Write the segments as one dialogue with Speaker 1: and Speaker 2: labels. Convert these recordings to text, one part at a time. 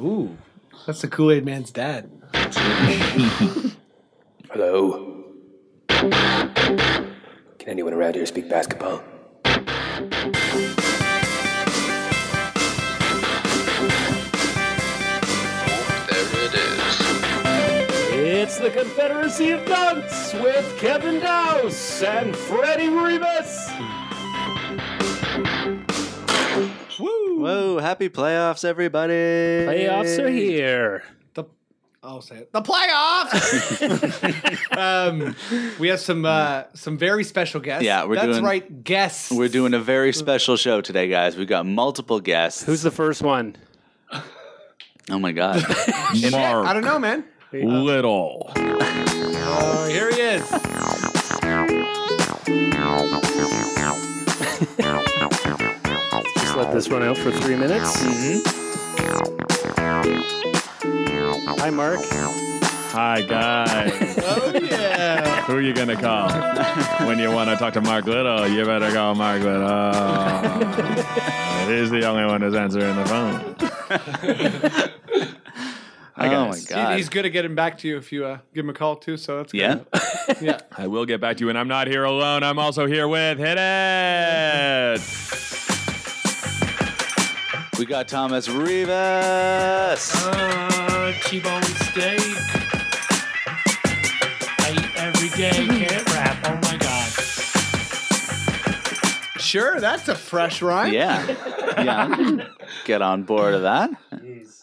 Speaker 1: Ooh, that's the Kool Aid Man's dad.
Speaker 2: Hello. Can anyone around here speak basketball?
Speaker 3: There it is.
Speaker 4: It's the Confederacy of Dunce with Kevin Dowse and Freddie Rivas.
Speaker 5: Whoa, happy playoffs, everybody.
Speaker 4: Playoffs are here.
Speaker 1: The I'll say it. The playoffs. um, we have some uh, some very special guests.
Speaker 5: Yeah, we're
Speaker 1: that's
Speaker 5: doing-
Speaker 1: right. Guests.
Speaker 5: We're doing a
Speaker 6: Mm.
Speaker 5: very special show today, guys. We've got multiple guests.
Speaker 4: Who's the first one?
Speaker 5: Oh my god.
Speaker 6: Mark
Speaker 1: I don't know, man.
Speaker 6: Little.
Speaker 1: Oh, here he is.
Speaker 4: Just let this run out for three minutes. Mm-hmm. Hi, Mark.
Speaker 6: Hi, guys.
Speaker 1: Oh yeah.
Speaker 6: Who are you going to call? when you want to talk to Mark Little, you better call Mark Little. He's the only one who's answering the phone.
Speaker 5: oh my
Speaker 1: He-
Speaker 5: god.
Speaker 1: he's good at getting back to you if you uh, give him a call too. So that's good.
Speaker 5: yeah.
Speaker 1: Yeah.
Speaker 6: I will get back to you, and I'm not here alone. I'm also here with Hit It.
Speaker 5: We got Thomas Rivas.
Speaker 6: Uh-huh.
Speaker 7: Uh, T-bone steak. I eat every day. Can't rap. Oh my god.
Speaker 1: Sure, that's a fresh rhyme.
Speaker 5: Yeah. Yeah. I'm gonna Get on board of that.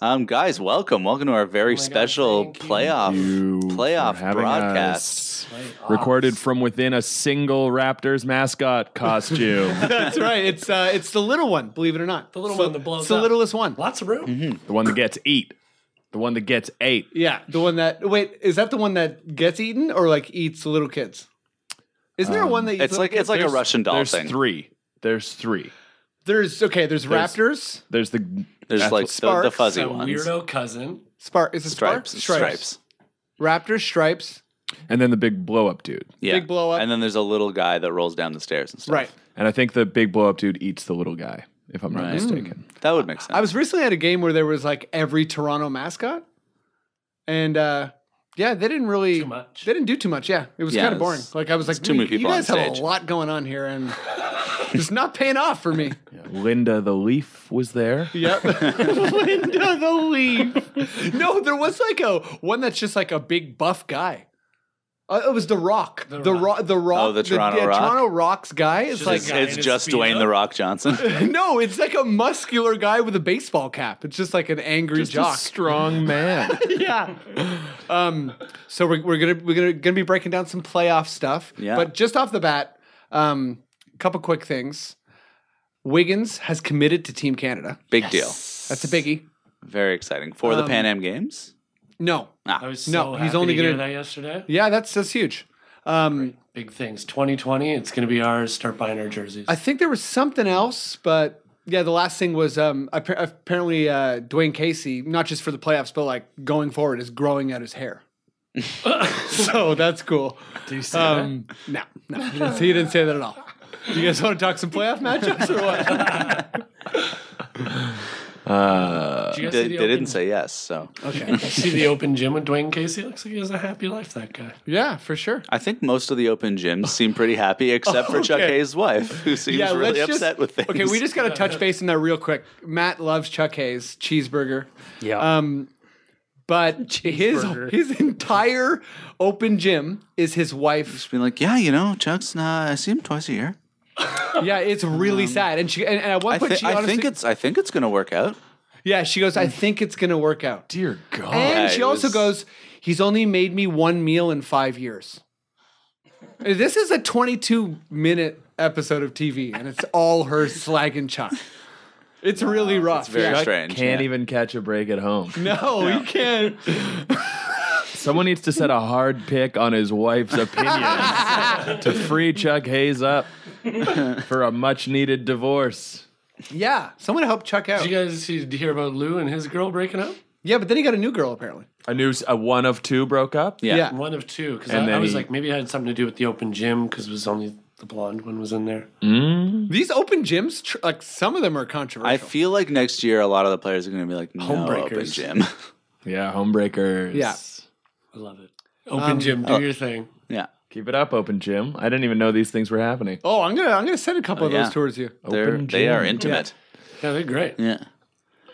Speaker 5: Um, guys, welcome. Welcome to our very
Speaker 6: Oh
Speaker 5: special playoff
Speaker 6: you
Speaker 5: playoff
Speaker 6: for having us.
Speaker 5: broadcast.
Speaker 6: Recorded from within a single Raptors mascot costume.
Speaker 1: That's right. It's uh, it's the little one. Believe it or not, the
Speaker 7: little one that blows
Speaker 1: It's the
Speaker 7: up.
Speaker 1: littlest one. Mm-hmm.
Speaker 7: Lots of room.
Speaker 6: the one that gets eight. The one that gets eight.
Speaker 1: Yeah, the one that wait is that the one that gets eaten or like eats little kids? Isn't there one that eats
Speaker 5: Um, It's
Speaker 1: little
Speaker 5: like it's like a
Speaker 1: kids?
Speaker 5: Russian doll
Speaker 6: There's
Speaker 5: thing.
Speaker 6: three. There's three.
Speaker 1: There's okay. There's,
Speaker 6: There's-
Speaker 1: raptors.
Speaker 6: There's the
Speaker 5: There's like the, the
Speaker 1: Sparks,
Speaker 5: fuzzy
Speaker 7: A
Speaker 5: ones.
Speaker 7: weirdo cousin.
Speaker 1: Spark is it
Speaker 5: Stripes.
Speaker 1: Spark?
Speaker 5: Stripes.
Speaker 1: Raptors. Stripes.
Speaker 6: and then the big blow up dude.
Speaker 5: Yeah.
Speaker 1: Big blow up.
Speaker 5: And then there's a little guy that rolls down the stairs and stuff.
Speaker 1: Right.
Speaker 6: And I think the big blow up dude eats the little guy, if I'm not
Speaker 5: Right.
Speaker 6: mistaken.
Speaker 5: That would make sense.
Speaker 1: I was recently at a game where there was like every Toronto mascot, and uh yeah, they didn't really
Speaker 7: Too much.
Speaker 1: They didn't do too much. Yeah, it was
Speaker 5: Yeah,
Speaker 1: kind of boring.
Speaker 5: it's-
Speaker 1: Like I was like,
Speaker 5: too many
Speaker 1: "You-
Speaker 5: people
Speaker 1: You
Speaker 5: on
Speaker 1: guys have
Speaker 5: stage."
Speaker 1: a lot going on here, and it's not paying off for me.
Speaker 6: Linda the leaf was there.
Speaker 1: Yep. Linda the Leaf. No, there was like a one that's just like a big buff guy. Uh, it was the Rock. The,
Speaker 7: The
Speaker 1: Rock.
Speaker 7: Rock.
Speaker 1: The Rock.
Speaker 5: Oh, the Toronto Rock?
Speaker 1: Toronto Rock's guy. It's
Speaker 7: Just
Speaker 1: like
Speaker 7: a guy
Speaker 5: it's
Speaker 7: in his
Speaker 5: just Dwayne
Speaker 7: speedo.
Speaker 5: the Rock Johnson.
Speaker 1: no, it's like a muscular guy with a baseball cap. It's just like an angry
Speaker 6: Just a
Speaker 1: jock.
Speaker 6: strong man.
Speaker 1: yeah. Um, so we're, we're gonna we're gonna gonna be breaking down some playoff stuff.
Speaker 5: Yeah.
Speaker 1: But just off the bat, um, a couple quick things. Wiggins has committed to Team Canada.
Speaker 5: Big deal.
Speaker 1: That's a biggie.
Speaker 5: Very exciting for the
Speaker 1: Um,
Speaker 5: Pan Am Games.
Speaker 1: No.
Speaker 7: I was so
Speaker 1: No, he's
Speaker 7: happy
Speaker 1: only
Speaker 7: to
Speaker 1: gonna-
Speaker 7: hear that yesterday.
Speaker 1: Yeah, that's that's huge. Um,
Speaker 7: Big things. 2020. It's gonna be ours. Start buying our jerseys.
Speaker 1: I think there was something else, but yeah, the last thing was um, appa- apparently uh, Dwayne Casey, not just for the playoffs, but like going forward, is growing out his hair. so that's cool.
Speaker 7: Do you see
Speaker 1: Um, no, no, he didn't, he didn't say that at all. You guys want to talk some playoff matchups or what?
Speaker 6: Uh,
Speaker 7: that? Did you guys
Speaker 5: They,
Speaker 7: see the
Speaker 5: they
Speaker 7: open-
Speaker 5: didn't say yes, so
Speaker 1: Okay.
Speaker 7: see the open gym with Dwayne Casey. Looks like he has a happy life. That guy.
Speaker 1: Yeah, for sure.
Speaker 5: I think most of the open gyms seem pretty happy, except for Chuck
Speaker 1: Oh, Okay.
Speaker 5: Hayes' wife, who seems
Speaker 1: yeah,
Speaker 5: really
Speaker 1: let's just-
Speaker 5: upset with things.
Speaker 1: Okay, we just got to touch base on that real quick. Matt loves Chuck Hayes cheeseburger.
Speaker 4: Yeah.
Speaker 1: Um, But his his entire open gym is his wife.
Speaker 5: Being like, yeah, you know, Chuck's. Not, I see him twice a year.
Speaker 1: Yeah, it's really sad. And she and, and at one
Speaker 5: Um, I,
Speaker 1: point
Speaker 5: thi-
Speaker 1: she
Speaker 5: I
Speaker 1: honestly,
Speaker 5: think it's. I think it's gonna work out.
Speaker 1: yeah, she goes, I think it's gonna work out.
Speaker 4: Dear
Speaker 1: And
Speaker 4: God.
Speaker 5: Yeah,
Speaker 1: she
Speaker 5: it
Speaker 1: also
Speaker 5: was-
Speaker 1: goes, he's only made me one meal in five years. This is a 22 minute episode of TV, and it's all her slagging Chuck. It's really rough.
Speaker 5: It's very
Speaker 1: yeah.
Speaker 5: strange.
Speaker 6: Can't
Speaker 5: yeah.
Speaker 6: even catch a break at home.
Speaker 1: No, you can't.
Speaker 6: Someone needs to set a hard pick on his wife's opinions to free Chuck Hayes up for a much needed divorce.
Speaker 1: Yeah, someone help Chuck out.
Speaker 4: Did you guys did you hear about Lou and his girl breaking up?
Speaker 1: Yeah, but then he got a new girl apparently.
Speaker 6: A new s- a one of two broke up.
Speaker 5: Yeah.
Speaker 1: Yeah.
Speaker 4: One of two. Because
Speaker 6: And
Speaker 4: I, I
Speaker 6: then
Speaker 4: was
Speaker 6: he-
Speaker 4: like, maybe it had something to do with the open gym because it was only the blonde one was in there.
Speaker 1: These open gyms, tr- like some of them are controversial.
Speaker 5: I feel like next year a lot of the players are gonna be like, no open
Speaker 4: Homebreakers.
Speaker 5: gym.
Speaker 6: Yeah, homebreakers.
Speaker 1: Yeah.
Speaker 4: I love it. Open
Speaker 1: Um,
Speaker 4: gym,
Speaker 1: uh,
Speaker 4: do your thing.
Speaker 5: yeah.
Speaker 6: Keep it up, open gym. I didn't even know these things were happening.
Speaker 1: oh, I'm gonna I'm gonna send a couple of
Speaker 5: yeah.
Speaker 1: those towards you.
Speaker 5: They're,
Speaker 6: Open
Speaker 5: they are
Speaker 6: gym.
Speaker 5: intimate.
Speaker 4: Yeah, they're great.
Speaker 5: Yeah.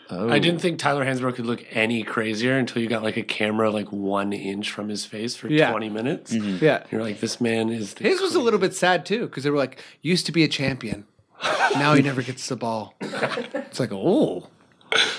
Speaker 4: I didn't think Tyler Hansbrough could look any crazier until you got like a camera like one inch from his face for
Speaker 1: Yeah.
Speaker 4: 20 minutes.
Speaker 5: Mm-hmm.
Speaker 1: Yeah,
Speaker 4: You're like, this man is the
Speaker 1: his was a little bit sad too because they were like, used to be a champion, now he never gets the ball. It's like, oh,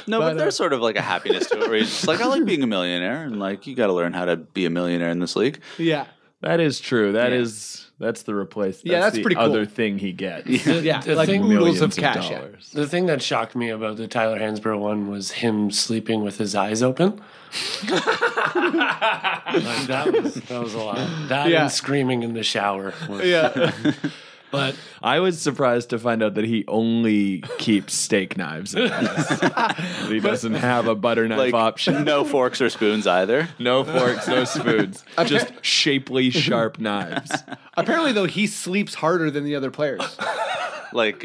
Speaker 5: No, but,
Speaker 1: uh,
Speaker 5: there's sort of like a happiness to it where he's just like, I like being a millionaire. And like, you got to learn how to be a millionaire in this league.
Speaker 1: yeah,
Speaker 6: That is true. That is that's the replace. That's
Speaker 1: Yeah, that's
Speaker 6: the
Speaker 1: pretty cool.
Speaker 6: other thing he gets.
Speaker 1: yeah,
Speaker 4: the
Speaker 1: like
Speaker 4: thing-
Speaker 1: oodles
Speaker 6: Millions
Speaker 1: of cash. yeah.
Speaker 6: dollars.
Speaker 4: The thing that shocked me about the Tyler Hansbrough one was him sleeping with his eyes open. Like, that was that was a lot. That
Speaker 1: Yeah.
Speaker 4: and screaming in the shower. Was,
Speaker 1: Yeah,
Speaker 4: But
Speaker 6: I was surprised to find out that he only keeps steak knives. In his house. That he doesn't have a butter knife
Speaker 5: Like,
Speaker 6: option.
Speaker 5: no forks or spoons either.
Speaker 6: No forks, no spoons. Just shapely, sharp knives.
Speaker 1: apparently though, he sleeps harder than the other players.
Speaker 5: Like,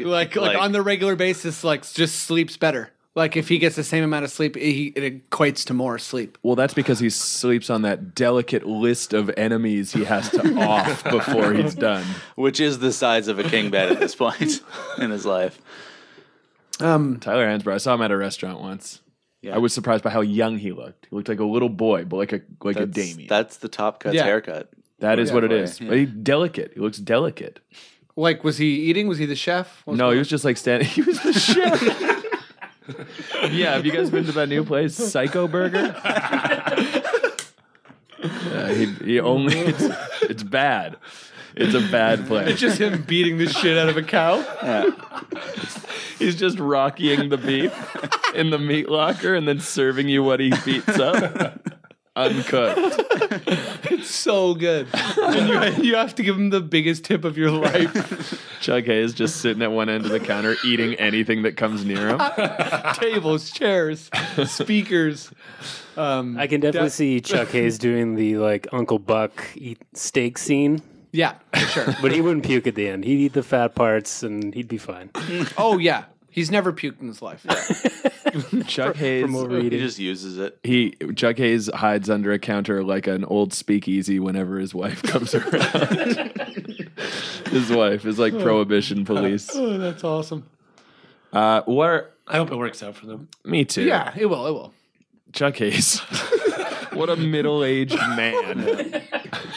Speaker 1: Like, like on the regular basis, like just sleeps better. Like if he gets the same amount of sleep, he, it equates to more sleep.
Speaker 6: Well, that's because he sleeps on that delicate list of enemies he has to off before he's done.
Speaker 5: which is the size of a king bed at this point in his life.
Speaker 1: Um,
Speaker 6: Tyler Hansbrough, I saw him at a restaurant once.
Speaker 5: Yeah.
Speaker 6: I was surprised by how young he looked. He looked like a little boy, but like a like a
Speaker 5: That's,
Speaker 6: Damien.
Speaker 5: that's the top cut's
Speaker 1: Yeah.
Speaker 5: haircut.
Speaker 6: that is what it
Speaker 5: boy,
Speaker 6: is. But he delicate. He looks delicate.
Speaker 1: Like, was he eating? Was he the chef? What
Speaker 6: No,
Speaker 1: going
Speaker 6: he was just like standing. He was the chef. yeah, have you guys been to that new place, Psycho Burger? Uh, he, he only it's, it's bad. It's a bad place.
Speaker 1: just him beating the shit out of a cow.
Speaker 6: He's just rockying the beef in the meat locker and then serving you what he beats up. Uncooked.
Speaker 1: So good. And you, you have to give him the biggest tip of your life.
Speaker 6: Chuck Hayes just sitting at one end of the counter eating anything that comes near him.
Speaker 1: Tables, chairs, speakers. Um,
Speaker 2: I can definitely see Chuck Hayes doing the like Uncle Buck eat steak scene,
Speaker 1: yeah, for sure.
Speaker 2: but he wouldn't puke at the end. He'd eat the fat parts and he'd be fine.
Speaker 1: Oh, yeah. He's never puked in his life.
Speaker 6: Chuck Hayes
Speaker 5: He just uses it.
Speaker 6: he Chuck Hayes hides under a counter like an old speakeasy whenever his wife comes around. his wife is like prohibition police.
Speaker 1: Oh, that's awesome.
Speaker 6: Uh, what? Are,
Speaker 4: I hope it works out for them.
Speaker 6: me too.
Speaker 1: Yeah, it will. It will.
Speaker 6: Chuck Hayes. what a middle-aged man.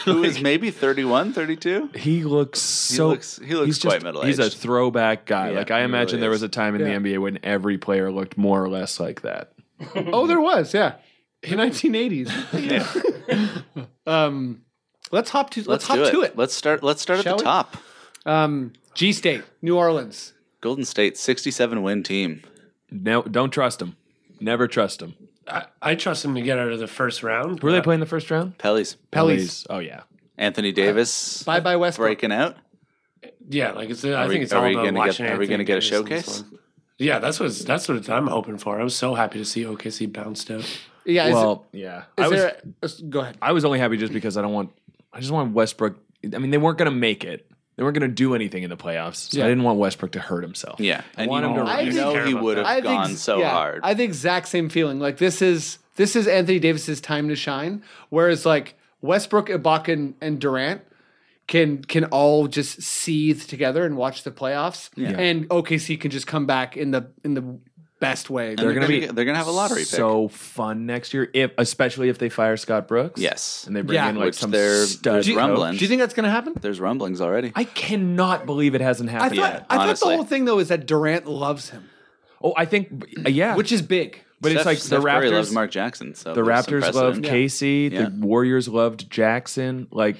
Speaker 5: Who is maybe 31, 32?
Speaker 6: He looks so.
Speaker 5: looks- he looks
Speaker 6: he's
Speaker 5: quite middle-aged.
Speaker 6: He's a throwback guy.
Speaker 5: Yeah,
Speaker 6: like I
Speaker 5: he
Speaker 6: imagine
Speaker 5: really
Speaker 6: there was
Speaker 5: is.
Speaker 6: a time in the NBA when every player looked more or less like that.
Speaker 1: Oh, there was. Yeah. In 1980s. um, let's hop to let's, hop
Speaker 5: do
Speaker 1: to it.
Speaker 5: Let's start. Let's start
Speaker 1: Shall
Speaker 5: at
Speaker 1: we?
Speaker 5: the top.
Speaker 1: Um, G State, New Orleans.
Speaker 5: Golden State, sixty-seven win team.
Speaker 6: No, don't trust him. Never trust him.
Speaker 4: I, I trust him to get out of the first round.
Speaker 6: Were they playing the first round?
Speaker 5: Pellies.
Speaker 1: Pelly's.
Speaker 6: Oh yeah.
Speaker 5: Anthony Davis
Speaker 1: Bye bye Westbrook.
Speaker 5: breaking out.
Speaker 4: Yeah, like it's. I
Speaker 5: Are
Speaker 4: think
Speaker 5: we-
Speaker 4: it's
Speaker 5: are
Speaker 4: all
Speaker 5: we
Speaker 4: about
Speaker 5: gonna get-
Speaker 4: watching.
Speaker 5: are we gonna
Speaker 4: Anthony
Speaker 5: get a
Speaker 4: Davis in this
Speaker 5: showcase?
Speaker 4: one. Yeah, that's what that's what I'm hoping for. I was so happy to see OKC bounced out.
Speaker 1: Yeah. Is,
Speaker 6: Well, yeah.
Speaker 1: is
Speaker 6: I was,
Speaker 1: there? a- go ahead.
Speaker 6: I was only happy just because I don't want. I just want Westbrook. I mean, they weren't going to make it. They weren't going to do anything in the playoffs. So I didn't want Westbrook to hurt himself.
Speaker 5: Yeah,
Speaker 6: I
Speaker 5: and
Speaker 6: want
Speaker 5: you
Speaker 6: him to.
Speaker 5: know,
Speaker 1: I
Speaker 5: you
Speaker 1: think-
Speaker 5: know he
Speaker 4: about
Speaker 5: would
Speaker 4: that.
Speaker 5: have gone
Speaker 1: ex-
Speaker 5: so
Speaker 1: yeah,
Speaker 5: hard.
Speaker 1: I have the exact same feeling. Like this is this is Anthony Davis's time to shine. Whereas like Westbrook, Ibaka, and, and Durant can can all just seethe together and watch the playoffs. And OKC can just come back in the in the best way.
Speaker 6: they're gonna be So fun next year, if especially if they fire Scott Brooks.
Speaker 5: Yes,
Speaker 6: and they bring
Speaker 1: Yeah.
Speaker 6: in like
Speaker 5: Which
Speaker 6: some
Speaker 5: there-
Speaker 6: stud
Speaker 5: there's
Speaker 6: coach.
Speaker 5: rumblings. Do you
Speaker 1: think that's gonna happen?
Speaker 5: There's rumblings already.
Speaker 6: I cannot believe it hasn't
Speaker 1: I
Speaker 6: happened
Speaker 1: thought,
Speaker 6: yet.
Speaker 1: I thought the whole thing though is that Durant loves him.
Speaker 6: Oh, I think yeah,
Speaker 1: which is big.
Speaker 6: But it's
Speaker 5: Steph-
Speaker 6: like the
Speaker 5: Steph
Speaker 6: Raptors
Speaker 5: Curry loves Mark Jackson, so
Speaker 6: the
Speaker 5: there's some
Speaker 6: Raptors
Speaker 5: precedent.
Speaker 6: loved
Speaker 5: Yeah.
Speaker 6: Casey.
Speaker 5: Yeah.
Speaker 6: The Warriors loved Jackson. Like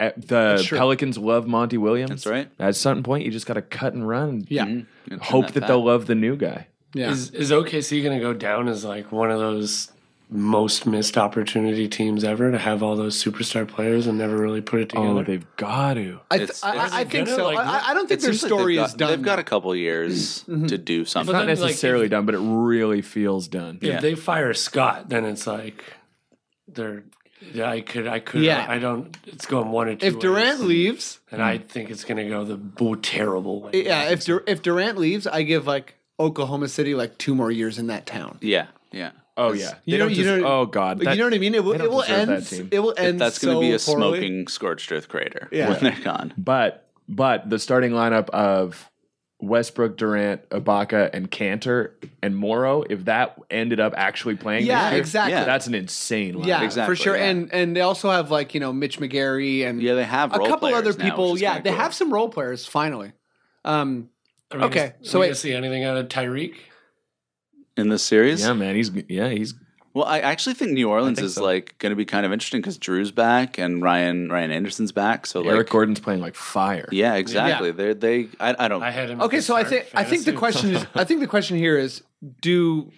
Speaker 6: eh, the
Speaker 5: That's true.
Speaker 6: Pelicans love Monty Williams.
Speaker 5: That's right. Mm-hmm.
Speaker 6: At some point, you just got to cut and run.
Speaker 1: Yeah.
Speaker 4: It's
Speaker 6: Hope
Speaker 4: not
Speaker 6: that
Speaker 4: bad.
Speaker 6: they'll love the new guy.
Speaker 1: Yeah.
Speaker 4: Is is OKC going to go down as like one of those most missed opportunity teams ever to have all those superstar players and never really put it together?
Speaker 6: Oh, they've got to.
Speaker 1: I, th- I, I- I think so. I, I don't think their story
Speaker 5: got,
Speaker 1: is done. Mm-hmm.
Speaker 5: They've got a couple years to do
Speaker 6: It's
Speaker 5: something.
Speaker 6: not necessarily done, but it really feels done.
Speaker 4: If they fire Scott, then it's like they're. Yeah, I could. I could.
Speaker 1: Yeah.
Speaker 4: I don't. It's going one or two.
Speaker 1: If Durant
Speaker 4: ways.
Speaker 1: leaves-
Speaker 4: and I think it's going to go the bo- terrible way.
Speaker 1: yeah, if Dur- if Durant leaves, I give like Oklahoma City like two more years in that town.
Speaker 5: Yeah, yeah.
Speaker 6: Oh yeah. They
Speaker 1: You know-
Speaker 6: don't
Speaker 1: you
Speaker 6: just-
Speaker 1: know-
Speaker 6: oh god.
Speaker 1: you know what I mean? It will-
Speaker 6: they don't
Speaker 1: it will
Speaker 6: deserve
Speaker 1: end-
Speaker 6: that team.
Speaker 1: it will end
Speaker 5: That's going to be a
Speaker 1: so poorly.
Speaker 5: smoking scorched earth crater
Speaker 6: Yeah.
Speaker 5: when they're gone.
Speaker 6: But but the starting lineup of Westbrook, Durant, Ibaka, and Cantor and Morrow, if that ended up actually playing,
Speaker 1: Yeah,
Speaker 6: this year,
Speaker 1: exactly. Yeah.
Speaker 6: That's an insane lineup.
Speaker 1: Yeah, for sure. And and they also have like you know Mitch McGarry and
Speaker 5: yeah, they have
Speaker 1: a
Speaker 5: role
Speaker 1: couple
Speaker 5: players
Speaker 1: other
Speaker 5: now,
Speaker 1: people.
Speaker 5: which is
Speaker 1: yeah,
Speaker 5: kinda
Speaker 1: they
Speaker 5: cool.
Speaker 1: have some role players finally. Um,
Speaker 4: Are we
Speaker 1: okay,
Speaker 4: gonna,
Speaker 1: so
Speaker 4: are we
Speaker 1: wait.
Speaker 4: gonna see anything out of Tyreek?
Speaker 5: in this series. Yeah,
Speaker 6: man, he's yeah, he's.
Speaker 5: Well, I actually think New Orleans is like going to be kind of interesting because Drew's back and Ryan Ryan Anderson's back. So
Speaker 6: Eric
Speaker 5: like,
Speaker 6: Gordon's playing like fire.
Speaker 5: yeah, exactly. They're they. I, I don't. I
Speaker 4: had him.
Speaker 1: okay, so I think I think the question is I think the question here is do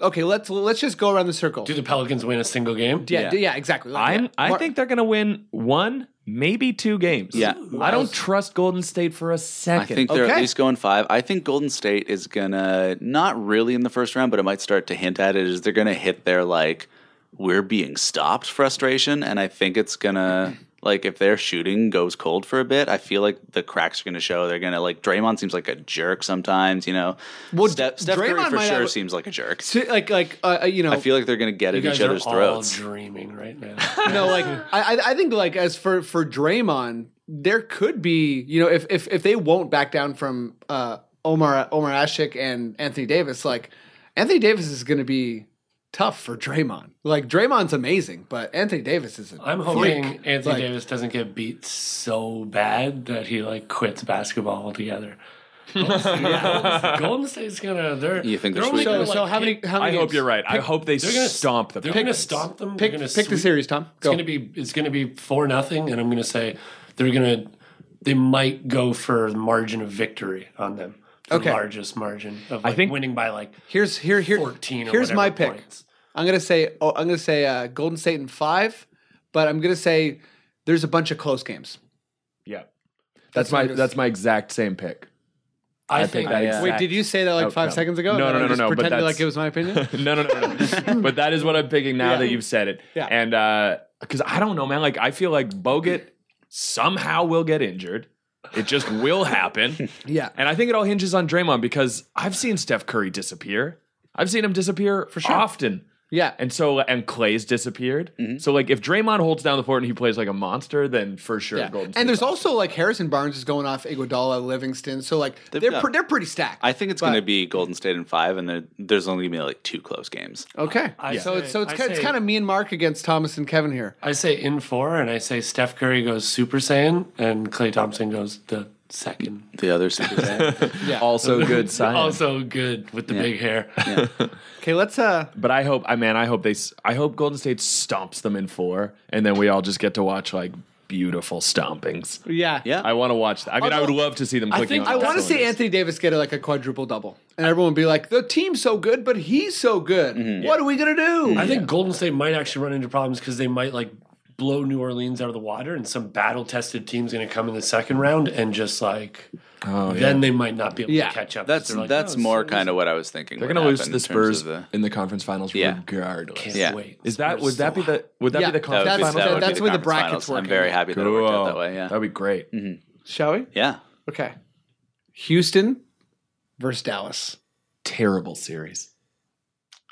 Speaker 1: okay let's let's just go around the circle.
Speaker 4: Do the Pelicans win a single game?
Speaker 1: yeah yeah, exactly. Like
Speaker 6: I'm
Speaker 1: that.
Speaker 6: I
Speaker 1: Mar-
Speaker 6: think they're gonna win one, maybe two games.
Speaker 5: Yeah.
Speaker 6: I don't trust Golden State for a
Speaker 5: I
Speaker 6: second.
Speaker 5: think they're at least going five. I think Golden State is gonna not really in the first round, but it might start to hint at it. Is they're gonna hit their like we're being stopped frustration, and I think it's gonna like if their shooting goes cold for a bit, I feel like the cracks are gonna show. They're gonna like Draymond seems like a jerk sometimes, you know. Well, Steph, Steph
Speaker 1: Draymond
Speaker 5: Curry for
Speaker 1: might
Speaker 5: sure
Speaker 1: have-
Speaker 5: seems like a jerk.
Speaker 1: So, like like uh, you know
Speaker 5: I feel like they're gonna get
Speaker 4: You
Speaker 5: at
Speaker 4: guys
Speaker 5: each
Speaker 4: are
Speaker 5: other's
Speaker 4: all
Speaker 5: throats.
Speaker 4: dreaming right now.
Speaker 1: no, like I, I- I think like as for for Draymond, there could be you know if if if they won't back down from uh, Omar Omar Ashik and Anthony Davis, like Anthony Davis is going to be tough for Draymond. Like Draymond's amazing, but Anthony Davis is. A
Speaker 4: I'm hoping Anthony Davis doesn't get beat so bad that he like quits basketball altogether. Golden State- Golden State's gonna. They're
Speaker 6: You think they're
Speaker 4: only
Speaker 6: sweet?
Speaker 4: gonna,
Speaker 6: So-
Speaker 1: so
Speaker 4: like,
Speaker 1: how many-
Speaker 4: pick-
Speaker 1: how many
Speaker 6: I hope you're right. I hope they
Speaker 4: they're gonna-
Speaker 6: stomp the
Speaker 4: They're
Speaker 6: Pelicans.
Speaker 4: gonna stomp them.
Speaker 1: Pick-
Speaker 4: they're gonna
Speaker 1: pick the
Speaker 4: sweep-
Speaker 1: series, Tom.
Speaker 4: It's gonna be it's gonna be four nothing, and I'm gonna say they're gonna they might go for the margin of victory on them. The
Speaker 1: Okay.
Speaker 4: largest margin of
Speaker 1: I
Speaker 4: like
Speaker 1: think-
Speaker 4: winning by like
Speaker 1: here's here here
Speaker 4: 14 or
Speaker 1: here's my
Speaker 4: whatever
Speaker 1: pick. I'm gonna say oh, I'm gonna say uh, Golden State in five, but I'm gonna say there's a bunch of close games.
Speaker 6: Yeah. That's my that's my exact same pick.
Speaker 1: I
Speaker 6: picked
Speaker 1: think-
Speaker 6: that
Speaker 1: Wait,
Speaker 6: exact
Speaker 1: did you say that, like, five
Speaker 6: outcome.
Speaker 1: seconds ago?
Speaker 6: Oh, No,
Speaker 1: And
Speaker 6: no,
Speaker 1: then
Speaker 6: no,
Speaker 1: I
Speaker 6: no,
Speaker 1: just
Speaker 6: no. But
Speaker 1: pretended
Speaker 6: that's,
Speaker 1: like it was my opinion?
Speaker 6: no, no, no, no, no. but that is what I'm picking now
Speaker 1: Yeah.
Speaker 6: that you've said it.
Speaker 1: Yeah.
Speaker 6: And because I don't know, man. Like I feel like Bogut somehow will get injured. It just will happen.
Speaker 1: Yeah.
Speaker 6: And I think it all hinges on Draymond because I've seen Steph Curry disappear. I've seen him disappear for sure. often.
Speaker 1: Yeah.
Speaker 6: And so and Clay's disappeared. So like if Draymond holds down the fort and he plays like a monster, then for sure
Speaker 1: Yeah.
Speaker 6: Golden State.
Speaker 1: And there's also like Harrison Barnes is going off Iguodala, Livingston. So like
Speaker 5: They've
Speaker 1: they're
Speaker 5: got-
Speaker 1: pre- they're pretty stacked.
Speaker 5: I think it's going to be Golden State in five, and there- there's only going to be like two close games.
Speaker 1: Okay,
Speaker 4: I
Speaker 1: so
Speaker 4: say-
Speaker 1: it's so it's,
Speaker 4: I
Speaker 1: ki- it's
Speaker 4: say-
Speaker 1: kind of me and Mark against Thomas and Kevin here.
Speaker 4: I say in four, and I say Steph Curry goes Super Saiyan, and Clay Thompson goes the second.
Speaker 5: The other Super
Speaker 1: Yeah.
Speaker 6: Also good sign.
Speaker 4: also good with the big hair.
Speaker 1: Okay, let's uh
Speaker 6: But I hope I man, I hope they s- I hope Golden State stomps them in 4 and then we all just get to watch like beautiful stompings.
Speaker 1: Yeah.
Speaker 5: Yeah.
Speaker 6: I want to watch that. I mean, I would love to see them
Speaker 1: I
Speaker 6: clicking
Speaker 1: think
Speaker 6: on
Speaker 1: I want to see Anthony Davis get like a quadruple double, and everyone be like, "The team's so good, but he's so good.
Speaker 5: Mm-hmm.
Speaker 1: What are we gonna do?"
Speaker 4: I think Golden State might actually run into problems because they might like blow New Orleans out of the water, and some battle-tested team's going to come in the second round and just like then they might not be able
Speaker 5: Yeah.
Speaker 4: to catch up.
Speaker 5: That's
Speaker 4: They're like,
Speaker 5: that's
Speaker 4: "Oh,
Speaker 5: more kind of what I was thinking.
Speaker 6: They're
Speaker 5: would
Speaker 6: going to lose to
Speaker 5: happen
Speaker 6: the
Speaker 5: in terms
Speaker 6: Spurs
Speaker 5: of the-
Speaker 6: in the conference finals
Speaker 5: Yeah.
Speaker 6: regardless.
Speaker 5: Can't Yeah. wait.
Speaker 6: Is that would that be the would that
Speaker 1: Yeah,
Speaker 6: be the conference
Speaker 1: that's-
Speaker 6: finals?
Speaker 1: that would be That's the where the conference brackets finals. work
Speaker 5: I'm very
Speaker 1: out.
Speaker 5: happy that it worked out
Speaker 6: Cool.
Speaker 5: that way. Yeah,
Speaker 6: That'd be great.
Speaker 1: Shall we?
Speaker 5: Yeah,
Speaker 1: Okay, Houston versus Dallas.
Speaker 6: Terrible series.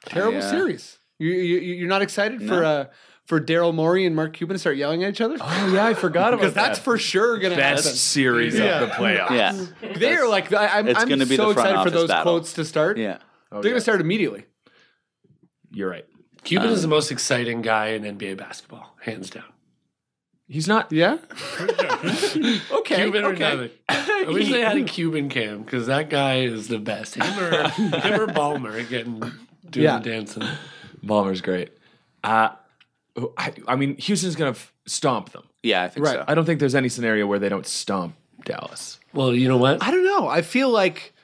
Speaker 1: Terrible
Speaker 6: Yeah.
Speaker 1: series. You you you- you're not excited for
Speaker 6: No.
Speaker 1: uh for Daryl Morey and Mark Cuban to start yelling at each other?
Speaker 6: Oh yeah, I forgot about
Speaker 1: because that's
Speaker 6: that.
Speaker 1: for sure gonna
Speaker 6: Best
Speaker 1: happen.
Speaker 6: series of the playoffs.
Speaker 5: Yeah.
Speaker 1: They're like I, I'm,
Speaker 5: It's
Speaker 1: I'm
Speaker 5: gonna be the
Speaker 1: so
Speaker 5: front
Speaker 1: excited for
Speaker 5: office
Speaker 1: those
Speaker 5: battle.
Speaker 1: quotes to start.
Speaker 5: Yeah.
Speaker 1: They're going to start immediately.
Speaker 6: You're right.
Speaker 4: Cuban is the
Speaker 6: Um,
Speaker 4: most exciting guy in NBA basketball, hands down.
Speaker 6: He's not.
Speaker 1: Yeah.
Speaker 4: okay. Cuban or
Speaker 1: okay.
Speaker 4: nothing. I wish they had a Cuban cam because that guy is the best. Him or, him or Ballmer are getting doing
Speaker 6: Yeah.
Speaker 4: the dancing.
Speaker 6: Ballmer's great. Uh, I, I mean, Houston's going to f- stomp them.
Speaker 5: Yeah, I think
Speaker 6: right. I don't think there's any scenario where they don't stomp Dallas.
Speaker 4: Well, you know what?
Speaker 1: I don't know. I feel like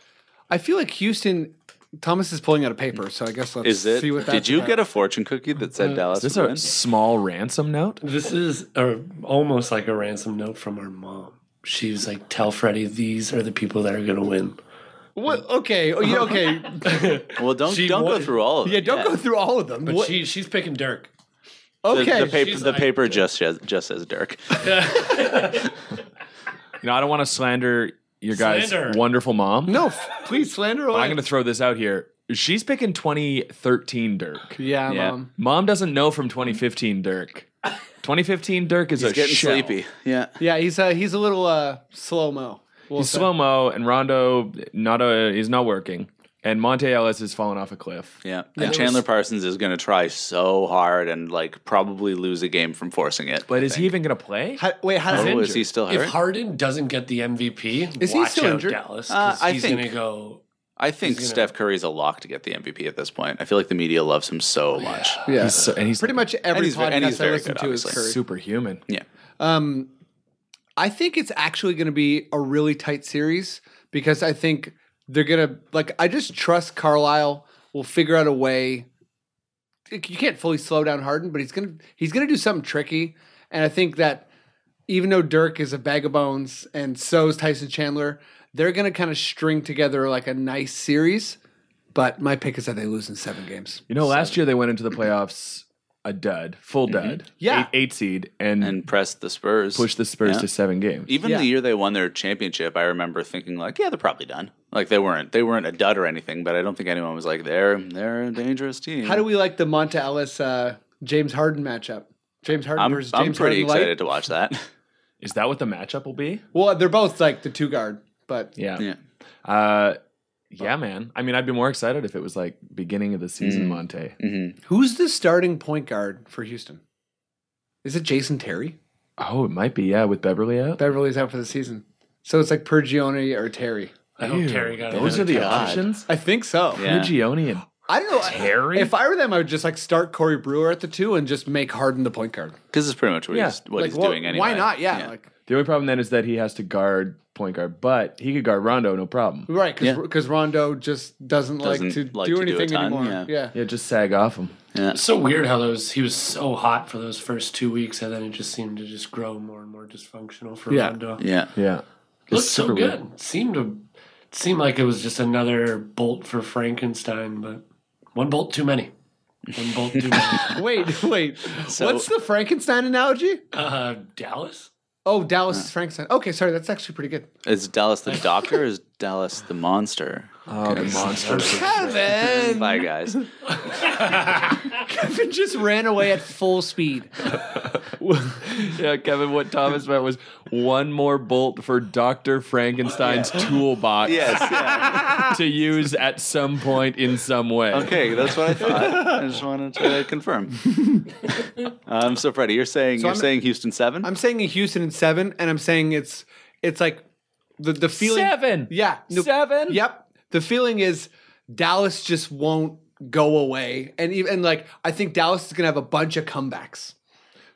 Speaker 1: I feel like Houston. Thomas is pulling out a paper, so I guess let's
Speaker 5: Is it?
Speaker 1: see what that's
Speaker 5: Did you
Speaker 1: about.
Speaker 5: get a fortune cookie that said
Speaker 4: Uh,
Speaker 5: Dallas?
Speaker 4: is this
Speaker 5: would
Speaker 4: a
Speaker 5: win?
Speaker 6: small ransom note?
Speaker 4: This is a, almost like a ransom note from our mom. She's like, "Tell Freddie these are the people that are going to win."
Speaker 1: What? Okay. Oh, yeah, okay.
Speaker 5: Well, don't
Speaker 4: She
Speaker 5: don't go
Speaker 4: won-
Speaker 5: through all of them.
Speaker 1: yeah. Don't go through all of them.
Speaker 4: But
Speaker 1: What-
Speaker 4: she she's picking Dirk.
Speaker 5: The-
Speaker 1: okay.
Speaker 5: The, paper,
Speaker 4: she's
Speaker 5: the
Speaker 4: like-
Speaker 5: paper just says, just says Dirk.
Speaker 6: You know, I don't want to slander your guys'
Speaker 1: Slander.
Speaker 6: wonderful mom.
Speaker 1: no, f- please slander.
Speaker 6: But
Speaker 1: away.
Speaker 6: I'm going to throw this out here. She's picking 2013 Dirk.
Speaker 1: Yeah, um, Yeah. Mom.
Speaker 6: doesn't know from 2015 Dirk. 2015 Dirk is
Speaker 5: He's
Speaker 6: a
Speaker 5: getting
Speaker 6: shell.
Speaker 5: sleepy. Yeah.
Speaker 1: Yeah, he's uh, he's a little uh, slow mo.
Speaker 6: he's slow mo, and Rondo not a is not working, and Monte Ellis is falling off a cliff.
Speaker 5: Yeah.
Speaker 6: Yeah.
Speaker 5: And Chandler Parsons is going to try so hard and like probably lose a game from forcing it.
Speaker 6: But is he even going to play?
Speaker 1: wait,
Speaker 5: how does- Oh, is he still
Speaker 4: If
Speaker 5: hurt?
Speaker 4: Harden doesn't get the MVP,
Speaker 5: Is he
Speaker 4: watch
Speaker 5: still
Speaker 4: out,
Speaker 5: injured?
Speaker 4: Dallas.
Speaker 5: Uh,
Speaker 4: 'cause
Speaker 5: I
Speaker 4: he's
Speaker 5: think-
Speaker 4: going to go.
Speaker 5: I think
Speaker 4: He's
Speaker 5: Steph Curry's a lock to get the MVP at this point. I feel like the media loves him so much.
Speaker 1: Yeah.
Speaker 6: He's so- and he's
Speaker 1: Pretty much every
Speaker 5: he's ve- and he's
Speaker 1: podcast I
Speaker 5: very
Speaker 1: listen
Speaker 5: good,
Speaker 1: to is
Speaker 5: obviously.
Speaker 1: Curry.
Speaker 6: superhuman.
Speaker 5: Yeah.
Speaker 1: Um, I think it's actually going to be a really tight series because I think they're going to like. I just trust Carlisle will figure out a way. You can't fully slow down Harden, but he's gonna he's gonna do something tricky, and I think that even though Dirk is a bag of bones and so's Tyson Chandler, they're gonna kind of string together like a nice series. But my pick is that they lose in seven games.
Speaker 6: You know, last year they went into the playoffs a dud, full dud,
Speaker 1: Yeah.
Speaker 6: eight, eight seed,
Speaker 1: Mm-hmm.
Speaker 6: and
Speaker 5: and pressed the Spurs,
Speaker 6: pushed the Spurs
Speaker 5: Yeah.
Speaker 6: to seven games.
Speaker 5: Even the year they won their championship, I remember thinking like, yeah, they're probably done. Like they weren't they weren't a dud or anything, but I don't think anyone was like they're they're a dangerous team.
Speaker 1: How do we like the Monta Ellis uh, James Harden matchup? James Harden
Speaker 5: I'm,
Speaker 1: versus James
Speaker 5: I'm pretty
Speaker 1: Harden Light?
Speaker 5: excited to watch that.
Speaker 6: Is that what the matchup will be?
Speaker 1: Well, they're both like the two guard, but
Speaker 6: Yeah. Uh, yeah, man. I mean, I'd be more excited if it was like beginning of the
Speaker 1: Mm.
Speaker 6: season, Monte.
Speaker 1: who's the starting point guard for Houston? Is it Jason Terry?
Speaker 6: Oh, it might be. Yeah, with Beverly out.
Speaker 1: Beverly's out for the season, so it's like Pergione or Terry.
Speaker 4: I hope Terry got
Speaker 6: Those are
Speaker 4: another
Speaker 6: the
Speaker 4: touch.
Speaker 6: options.
Speaker 1: I think so.
Speaker 6: Pugioni and
Speaker 1: I don't know. I-
Speaker 6: Terry?
Speaker 1: If I were them, I would just like start Corey Brewer at the two and just make Harden the point guard.
Speaker 5: Because it's pretty much what
Speaker 6: Yeah.
Speaker 5: he's what
Speaker 1: Like,
Speaker 5: he's
Speaker 1: wha-
Speaker 5: doing anyway.
Speaker 1: Why not? Yeah, like
Speaker 6: the only problem then is that he has to guard point guard, but he could guard Rondo, no problem.
Speaker 1: right
Speaker 6: Yeah.
Speaker 1: because Rondo just doesn't, like to
Speaker 6: Doesn't like
Speaker 1: do
Speaker 6: to do a
Speaker 1: anything
Speaker 6: ton,
Speaker 1: anymore.
Speaker 6: yeah.
Speaker 1: yeah.
Speaker 6: Yeah, just sag off him.
Speaker 5: Yeah.
Speaker 4: It's so weird how those he was so hot for those first two weeks, and then it just seemed to just grow more and more dysfunctional for
Speaker 6: Yeah.
Speaker 4: Rondo.
Speaker 5: Yeah.
Speaker 6: Yeah.
Speaker 4: looked
Speaker 6: It's
Speaker 4: so
Speaker 6: super
Speaker 4: good.
Speaker 6: weird.
Speaker 4: Seemed to seemed like it was just another bolt for Frankenstein, but one bolt too many. One bolt too many.
Speaker 1: Wait, wait.
Speaker 4: So-
Speaker 1: What's the Frankenstein analogy?
Speaker 4: Uh, Dallas.
Speaker 1: Oh, Dallas
Speaker 6: Uh.
Speaker 1: is Frankenstein. Okay, sorry, that's actually pretty good.
Speaker 5: Is Dallas the doctor or is Dallas the monster?
Speaker 6: Oh, the monster.
Speaker 1: Kevin!
Speaker 5: Bye, guys.
Speaker 1: Kevin just ran away at full speed.
Speaker 6: yeah, Kevin, what Thomas meant was one more bolt for Dr. Frankenstein's toolbox
Speaker 5: Yes,
Speaker 6: to use at some point in some way.
Speaker 5: Okay, that's what I thought. I just wanted to confirm. Um, so, Freddie, you're saying
Speaker 1: So
Speaker 5: you're
Speaker 1: I'm-
Speaker 5: saying Houston seven.
Speaker 1: I'm saying a Houston in seven, and I'm saying it's it's like the the feeling
Speaker 6: Seven.
Speaker 1: Yeah,
Speaker 6: seven.
Speaker 1: Yep. The feeling is Dallas just won't go away, and even and like I think Dallas is gonna have a bunch of comebacks.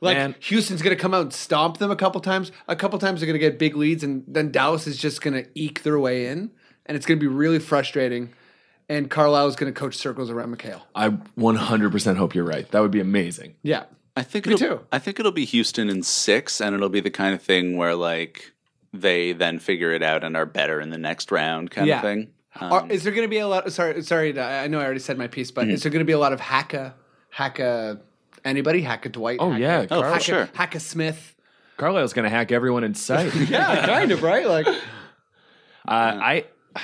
Speaker 1: Like
Speaker 6: Man.
Speaker 1: Houston's gonna come out and stomp them a couple times. A couple times they're gonna get big leads, and then Dallas is just gonna eke their way in, and it's gonna be really frustrating. And Carlisle is gonna coach circles around McHale.
Speaker 6: I 100% hope you're right. That would be amazing.
Speaker 1: Yeah.
Speaker 5: I think
Speaker 1: Me
Speaker 5: it'll,
Speaker 1: too.
Speaker 5: I think it'll be Houston in six, and it'll be the kind of thing where like they then figure it out and are better in the next round, kind
Speaker 1: Yeah.
Speaker 5: of thing. Um,
Speaker 1: Are, Uh, is there going to be a lot? Sorry, sorry. to- I know I already said my piece, but
Speaker 5: Mhm.
Speaker 1: is there going to be a lot of hacka, hacka, anybody hacka Dwight?
Speaker 6: Oh,
Speaker 1: hacka,
Speaker 6: yeah,
Speaker 1: hacka,
Speaker 6: Oh, for
Speaker 1: hacka,
Speaker 6: sure.
Speaker 1: Hacka Smith.
Speaker 6: Carlisle's going to hack everyone in sight.
Speaker 1: Yeah, kind of right. Like
Speaker 6: Uh,
Speaker 1: Mm-hmm.
Speaker 6: I,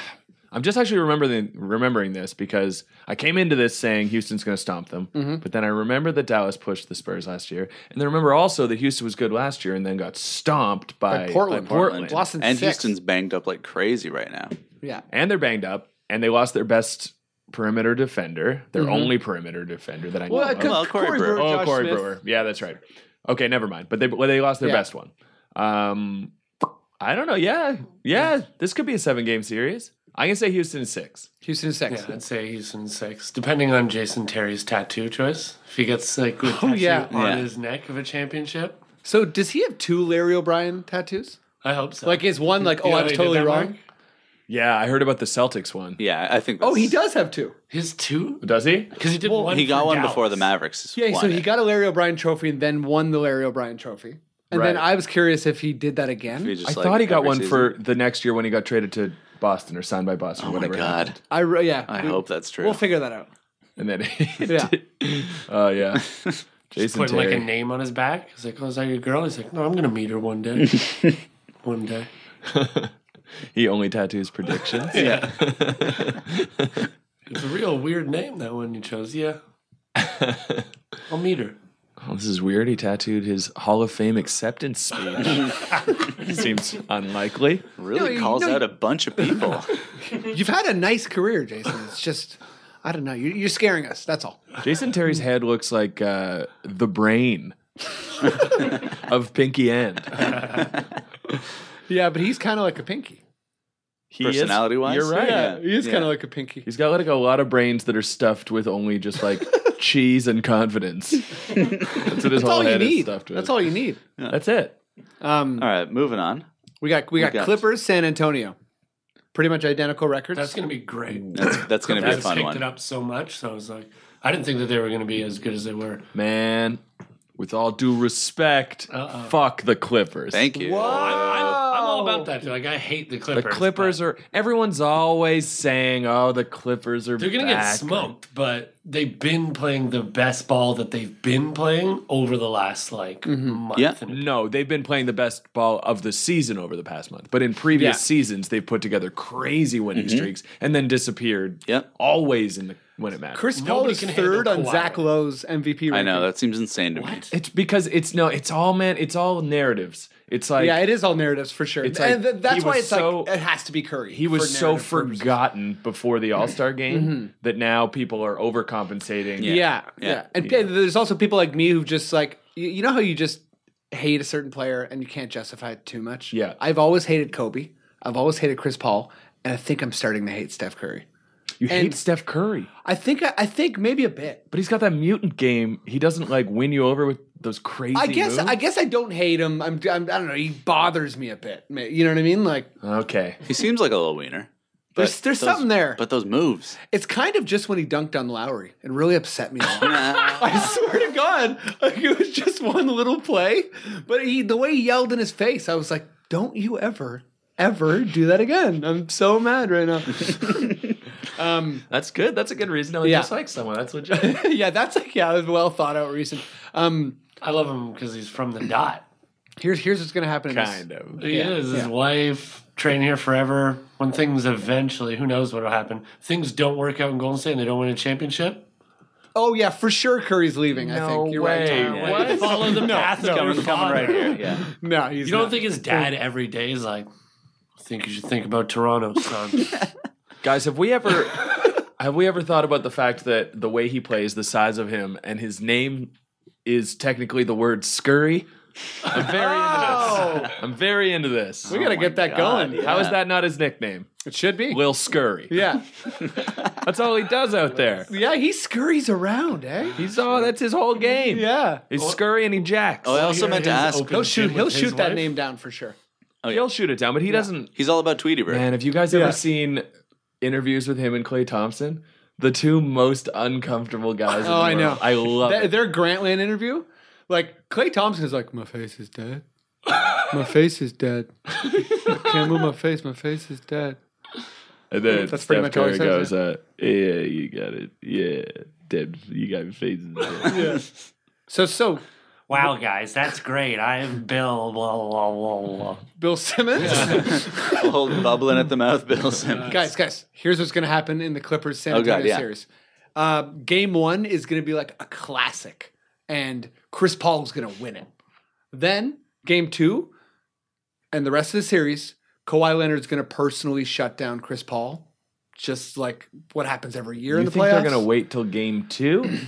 Speaker 6: I'm just actually remembering remembering this because I came into this saying Houston's going to stomp them,
Speaker 1: Mm-hmm.
Speaker 6: but then I remember that Dallas pushed the Spurs last year, and then remember also that Houston was good last year and then got stomped by,
Speaker 1: Portland.
Speaker 6: by Portland.
Speaker 1: Lost in
Speaker 5: and
Speaker 1: six.
Speaker 5: Houston's banged up like crazy right now.
Speaker 1: yeah,
Speaker 6: and they're banged up, and they lost their best perimeter defender, their
Speaker 1: Mhm.
Speaker 6: only perimeter defender that I know.
Speaker 1: Well,
Speaker 6: of.
Speaker 1: 'cause Well, Corey Corey Brewer,
Speaker 6: Oh,
Speaker 1: Josh
Speaker 6: Corey
Speaker 1: Smith.
Speaker 6: Brewer. Yeah, that's right. Okay, never mind. But they well, they lost their
Speaker 1: Yeah.
Speaker 6: best one. Um, I don't know. Yeah, yeah. This could be a seven game series. I can say Houston in six.
Speaker 1: Houston in six.
Speaker 4: Yeah, I'd say Houston in six, depending on Jason Terry's tattoo choice. If he gets like a tattoo
Speaker 1: Oh, yeah.
Speaker 4: on
Speaker 1: Yeah.
Speaker 4: his neck of a championship,
Speaker 1: So does he have two Larry O'Brien tattoos?
Speaker 4: I hope so.
Speaker 1: Like is one like,
Speaker 4: You
Speaker 1: oh,
Speaker 4: know
Speaker 1: I
Speaker 4: they
Speaker 1: was
Speaker 4: did
Speaker 1: totally
Speaker 4: that, Mark?
Speaker 1: wrong.
Speaker 6: Yeah, I heard about the Celtics one.
Speaker 5: Yeah, I think.
Speaker 1: Oh, he does have two.
Speaker 4: His two?
Speaker 6: Does he?
Speaker 4: Because he did one.
Speaker 5: he got
Speaker 4: for
Speaker 5: one
Speaker 4: Dallas.
Speaker 5: before the Mavericks.
Speaker 1: Yeah, so
Speaker 5: won
Speaker 1: he
Speaker 5: it.
Speaker 1: got a Larry O'Brien trophy and then won the Larry O'Brien trophy. And then
Speaker 6: Right.
Speaker 1: I was curious if he did that again.
Speaker 5: He
Speaker 6: I
Speaker 5: just,
Speaker 6: thought
Speaker 5: like,
Speaker 6: he got
Speaker 5: every
Speaker 6: one
Speaker 5: season.
Speaker 6: for the next year when he got traded to Boston or signed by Boston.
Speaker 5: Oh my
Speaker 6: whatever
Speaker 5: God.
Speaker 6: happened.
Speaker 1: I re- yeah.
Speaker 5: I
Speaker 1: we-
Speaker 5: hope that's true.
Speaker 1: We'll figure that out.
Speaker 6: And then,
Speaker 1: Yeah.
Speaker 6: oh yeah,
Speaker 4: Just
Speaker 6: Jason
Speaker 4: putting
Speaker 6: Terry.
Speaker 4: like a name on his back. He's like, "Oh, is that your girl?" He's like, "No, I'm gonna meet her one day. one day."
Speaker 6: he only tattoos predictions.
Speaker 4: Yeah. It's a real weird name that one you chose. Yeah, I'll meet her.
Speaker 6: Oh, this is weird. He tattooed his Hall of Fame acceptance speech. Seems unlikely.
Speaker 5: Really
Speaker 1: No, you-
Speaker 5: calls
Speaker 1: no, you-
Speaker 5: out a bunch of people.
Speaker 1: You've had a nice career, Jason. It's just, I don't know. You- You're scaring us. That's all.
Speaker 6: Jason Terry's head looks like uh, the brain of Pinky End.
Speaker 1: Yeah, but he's kind of like a pinky.
Speaker 6: He is-
Speaker 5: Personality-wise?
Speaker 6: you're right.
Speaker 1: Yeah, he is
Speaker 5: Yeah.
Speaker 1: kind of like a pinky.
Speaker 6: He's got like a lot of brains that are stuffed with only just like cheese and confidence. That's what his
Speaker 1: That's
Speaker 6: whole
Speaker 1: all you
Speaker 6: head is
Speaker 1: need.
Speaker 6: stuffed with.
Speaker 1: That's all you need.
Speaker 6: That's it.
Speaker 1: Um,
Speaker 5: All right, moving on.
Speaker 1: we got we
Speaker 5: We
Speaker 1: got
Speaker 5: got-
Speaker 1: Clippers, San Antonio, pretty much identical records.
Speaker 4: That's gonna be great.
Speaker 5: That's that's going to be a
Speaker 4: Clippers
Speaker 5: fun
Speaker 4: picked it
Speaker 5: one.
Speaker 4: up so much, so I was like, I didn't think that they were gonna be as good as they were.
Speaker 6: Man, with all due respect,
Speaker 1: Uh-uh.
Speaker 4: Uh-oh.
Speaker 6: fuck the Clippers.
Speaker 5: Thank you.
Speaker 4: I'm, I'm, I'm all
Speaker 1: Oh.
Speaker 4: about that. Too. Like I hate the
Speaker 6: The
Speaker 4: Clippers.
Speaker 6: Clippers are. Everyone's always saying, "Oh, the Clippers are."
Speaker 4: They're gonna get
Speaker 6: back.
Speaker 4: smoked, but they've been playing the best ball that they've been playing over the last like month.
Speaker 5: Yeah.
Speaker 4: and
Speaker 6: No, they've been playing the best ball of the season over the past month. But in previous
Speaker 1: Yeah.
Speaker 6: seasons, they've put together crazy winning streaks and then disappeared.
Speaker 5: Mm-hmm. Yep.
Speaker 6: Always in the when it matters.
Speaker 1: Chris Paul
Speaker 4: Nobody
Speaker 1: is
Speaker 4: can handle
Speaker 1: third on
Speaker 4: Kawhi.
Speaker 1: Zach Lowe's MVP. Ranking.
Speaker 5: I know that seems insane to me.
Speaker 6: It's because it's no, it's all man, it's all narratives. It's like
Speaker 1: yeah, it is all narratives for sure.
Speaker 6: It's
Speaker 1: and
Speaker 6: like,
Speaker 1: th- that's
Speaker 6: he
Speaker 1: why
Speaker 6: was
Speaker 1: it's
Speaker 6: so-
Speaker 1: like it has to be Curry.
Speaker 6: he was so
Speaker 1: narrative purposes. Mm-hmm.
Speaker 6: forgotten before the All Star game that now people are overcompensating.
Speaker 1: Yeah, yeah.
Speaker 5: Yeah.
Speaker 1: And p- there's also people like me who just like you, you know how you just hate a certain player and you can't justify it too much.
Speaker 6: Yeah.
Speaker 1: I've always hated Kobe. I've always hated Chris Paul, and I think I'm starting to hate Steph Curry.
Speaker 6: You hate
Speaker 1: And-
Speaker 6: Steph Curry,
Speaker 1: I think I, I think maybe a bit.
Speaker 6: but he's got that mutant game. He doesn't like win you over with those crazy.
Speaker 1: I guess
Speaker 6: moves.
Speaker 1: I guess I don't hate him. I'm, I'm I don't know. He bothers me a bit. ma- You know what I mean? Like
Speaker 6: Okay.
Speaker 5: He seems like a little wiener. but
Speaker 1: there's there's
Speaker 5: those-
Speaker 1: something there.
Speaker 5: But those moves.
Speaker 1: It's kind of just when he dunked on Lowry. It really upset me. a lot.
Speaker 5: Nah.
Speaker 1: I swear to God, like it was just one little play, but he the way he yelled in his face, I was like, "Don't you ever, ever do that again?" I'm so mad right now. um,
Speaker 6: That's good. That's a good reason to
Speaker 1: Yeah.
Speaker 6: dislike someone. That's legit.
Speaker 1: yeah, that's like yeah, that was well thought out reason. Um,
Speaker 4: I love him because he's from the dot.
Speaker 1: here's here's what's gonna happen. in this-
Speaker 6: kind of.
Speaker 4: He
Speaker 1: Yeah,
Speaker 4: is
Speaker 1: yeah.
Speaker 4: his wife. Train here forever. When things eventually, who knows what'll happen? Things don't work out in Golden State and they don't win a championship.
Speaker 1: Oh yeah, for sure, Curry's leaving. I
Speaker 6: No
Speaker 1: think you're right.
Speaker 6: way.
Speaker 1: Tom.
Speaker 6: What?
Speaker 4: Follow the path of your father.
Speaker 5: right here. Yeah.
Speaker 1: No, he's
Speaker 4: You don't
Speaker 1: not.
Speaker 4: think his dad every day is like, I think you should think about Toronto, son.
Speaker 6: Guys, have we ever have we ever thought about the fact that the way he plays, the size of him, and his name is technically the word scurry? I'm very into
Speaker 1: Oh.
Speaker 6: this. I'm very into this.
Speaker 1: we gotta
Speaker 5: Oh my
Speaker 1: get that
Speaker 5: God,
Speaker 1: going?
Speaker 5: yeah.
Speaker 6: How is that not his nickname?
Speaker 1: It should be.
Speaker 6: Lil Scurry.
Speaker 1: yeah,
Speaker 6: That's all he does out there.
Speaker 1: yeah, he scurries around, eh?
Speaker 6: He's all that's his whole game.
Speaker 1: Yeah,
Speaker 6: He's scurry and he jacks.
Speaker 5: Oh, I also
Speaker 4: here
Speaker 5: meant to
Speaker 4: is
Speaker 5: ask.
Speaker 4: open-
Speaker 1: he'll shoot.
Speaker 4: With
Speaker 1: He'll
Speaker 4: his
Speaker 1: shoot that
Speaker 4: wife?
Speaker 1: name down for sure.
Speaker 6: He'll shoot it down, but he doesn't
Speaker 5: He's all about Tweety Bird.
Speaker 6: Man, have you guys ever
Speaker 1: Yeah.
Speaker 6: seen interviews with him and Clay Thompson? The two most uncomfortable guys. in
Speaker 1: Oh,
Speaker 6: the
Speaker 1: I
Speaker 6: world.
Speaker 1: know.
Speaker 6: I love
Speaker 1: That-
Speaker 6: it.
Speaker 1: their Grantland interview, like Clay Thompson is like, my face is dead. My face is dead. I can't move my face. My face is dead.
Speaker 8: And then
Speaker 1: That's pretty much all he says,
Speaker 8: uh, yeah, you got it. Yeah, Deb, you got phases. yeah.
Speaker 1: So, so
Speaker 4: wow, guys, that's great. I am Bill. Blah, blah, blah, blah.
Speaker 1: Bill Simmons,
Speaker 5: Old bubbling at the mouth, Bill Simmons.
Speaker 1: guys, guys, here's what's gonna happen in the Clippers San
Speaker 5: Oh,
Speaker 1: Antonio
Speaker 5: God, yeah.
Speaker 1: series. Uh, game one is gonna be like a classic, and Chris Paul's gonna win it. Then game two, and the rest of the series, Kawhi Leonard's gonna personally shut down Chris Paul just like what happens every year
Speaker 6: you
Speaker 1: in the
Speaker 6: think
Speaker 1: playoffs.
Speaker 6: they're gonna wait till game two?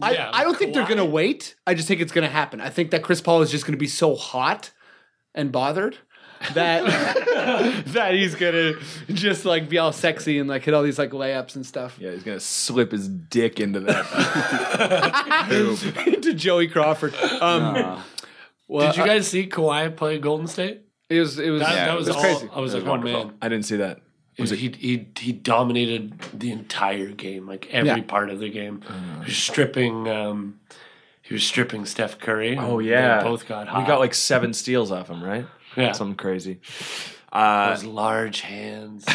Speaker 1: I, I don't think they're going to wait. I just think it's going to happen. I think that Chris Paul is just going to be so hot and bothered that that he's going to just like be all sexy and like hit all these like layups and stuff.
Speaker 6: Yeah, he's going to slip his dick into that.
Speaker 1: to Joey Crawford. Um,
Speaker 6: Nah.
Speaker 1: well,
Speaker 4: Did you
Speaker 1: uh,
Speaker 4: guys see Kawhi play Golden State?
Speaker 1: It was it was
Speaker 4: that,
Speaker 6: Yeah,
Speaker 4: that
Speaker 6: it
Speaker 4: was,
Speaker 6: was
Speaker 4: all,
Speaker 6: crazy.
Speaker 4: I
Speaker 6: It was
Speaker 4: was, like, oh
Speaker 6: wonderful.
Speaker 4: man,
Speaker 6: I didn't see that.
Speaker 4: was he he he dominated the entire game, like every
Speaker 6: Yeah.
Speaker 4: part of the game. He was stripping. Um, he was stripping Steph Curry.
Speaker 6: Oh
Speaker 4: They
Speaker 6: yeah,
Speaker 4: both got
Speaker 6: We
Speaker 4: hot.
Speaker 6: got like seven steals off him, right?
Speaker 4: Yeah.
Speaker 6: something crazy. Uh,
Speaker 4: Those large hands.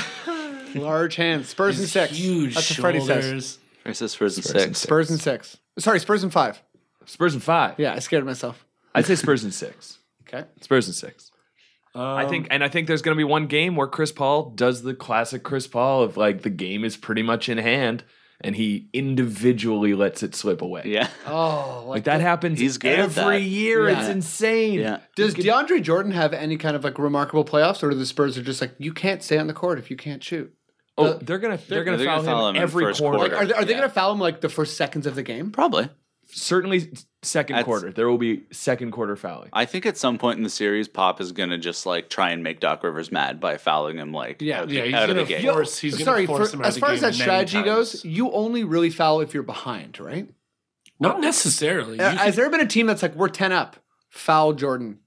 Speaker 1: large hands, Spurs and six.
Speaker 4: huge
Speaker 1: That's what Freddie says.
Speaker 5: Versus Spurs and
Speaker 6: Spurs and
Speaker 5: six.
Speaker 1: Spurs and six. Sorry, Spurs and five.
Speaker 6: Spurs and five.
Speaker 1: Yeah, I scared myself.
Speaker 6: I'd say Spurs and six.
Speaker 1: Okay.
Speaker 6: Spurs and six. I think,
Speaker 4: Um,
Speaker 6: and I think there's going to be one game where Chris Paul does the classic Chris Paul of like the game is pretty much in hand, and he individually lets it slip away.
Speaker 5: Yeah,
Speaker 1: Oh,
Speaker 6: like that happens.
Speaker 5: He's good at
Speaker 6: every
Speaker 5: that.
Speaker 6: year.
Speaker 1: Yeah.
Speaker 6: It's insane.
Speaker 5: Yeah.
Speaker 1: Does DeAndre Jordan have any kind of like remarkable playoffs, or do the Spurs are just like you can't stay on the court if you can't shoot?
Speaker 6: Oh,
Speaker 1: Uh,
Speaker 6: they're gonna they're,
Speaker 5: they're
Speaker 6: gonna, foul
Speaker 5: gonna foul
Speaker 6: him,
Speaker 5: him in
Speaker 6: every
Speaker 5: first
Speaker 6: corner.
Speaker 1: Like,
Speaker 5: quarter.
Speaker 1: are they, are they going to foul him like the first seconds of the game?
Speaker 5: probably.
Speaker 6: Certainly, second
Speaker 5: That's-
Speaker 6: quarter there will be second quarter fouling.
Speaker 5: I think at some point in the series, Pop is gonna just like try and make Doc Rivers mad by fouling him like
Speaker 1: Yeah.
Speaker 5: out,
Speaker 4: Yeah, he's
Speaker 5: out of
Speaker 4: gonna
Speaker 5: the gate.
Speaker 4: force- he's gonna
Speaker 1: Sorry,
Speaker 4: force
Speaker 1: for-
Speaker 4: him out
Speaker 1: as
Speaker 4: of the
Speaker 1: far as
Speaker 4: game
Speaker 1: that
Speaker 4: many
Speaker 1: strategy
Speaker 4: times.
Speaker 1: goes, you only really foul if you're behind, right?
Speaker 4: not necessarily. You
Speaker 1: Uh,
Speaker 4: can-
Speaker 1: Has there been a team that's like we're ten up, foul Jordan?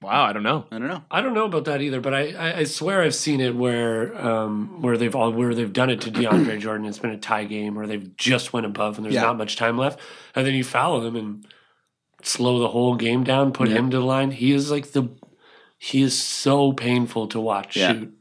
Speaker 6: Wow, I don't know.
Speaker 5: I don't know.
Speaker 4: I don't know about that either, but I, I, I swear I've seen it where um, where they've all where they've done it to DeAndre Jordan. It's been a tie game where they've just went above and there's
Speaker 1: Yeah.
Speaker 4: not much time left, and then you foul him and slow the whole game down, put him to the line. He is like the he is so painful to watch
Speaker 5: Yeah.
Speaker 4: shoot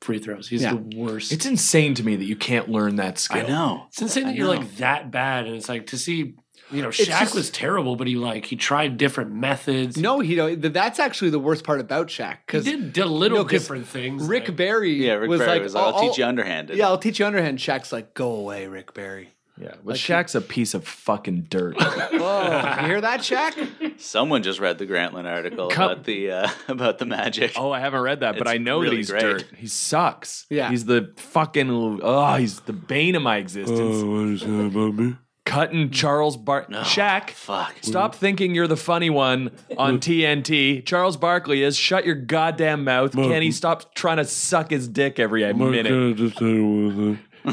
Speaker 4: free throws. He's
Speaker 1: Yeah.
Speaker 4: the worst.
Speaker 6: It's insane to me that you can't learn that skill.
Speaker 5: I know.
Speaker 4: It's insane that you're like that bad, and it's like to see you know Shaq
Speaker 1: just-
Speaker 4: was terrible, but he like he tried different methods.
Speaker 1: No, he don't. th- That's actually the worst part about Shaq
Speaker 4: he
Speaker 1: because
Speaker 4: did a little
Speaker 1: No, 'cause
Speaker 4: different things.
Speaker 1: Rick
Speaker 4: like-
Speaker 1: Barry
Speaker 5: Yeah, Rick
Speaker 1: was
Speaker 5: Barry
Speaker 1: like,
Speaker 5: was like, I'll, teach you underhanded.
Speaker 1: Yeah, I'll teach you underhand. Shaq's like, go away, Rick Barry.
Speaker 6: Yeah, but Shaq's a piece of fucking dirt.
Speaker 1: Oh, you hear that, Shaq?
Speaker 5: Someone just read the Grantland article
Speaker 6: Come-
Speaker 5: about the uh, about the Magic.
Speaker 6: oh, I haven't read that, but
Speaker 5: It's
Speaker 6: I know that
Speaker 5: really
Speaker 6: he's
Speaker 5: great.
Speaker 6: dirt. He sucks.
Speaker 1: Yeah.
Speaker 6: he's the fucking. Oh, he's the bane of my
Speaker 5: Oh.
Speaker 6: existence.
Speaker 8: Oh, what is that about me?
Speaker 6: Cutting Charles Bar Shaq.
Speaker 5: fuck.
Speaker 6: Stop thinking you're the funny one on TNT. Charles Barkley is. Shut your goddamn mouth.
Speaker 8: Mark-
Speaker 6: Can he stop trying to suck his dick every
Speaker 4: uh,
Speaker 6: minute?
Speaker 8: I just tell you one thing?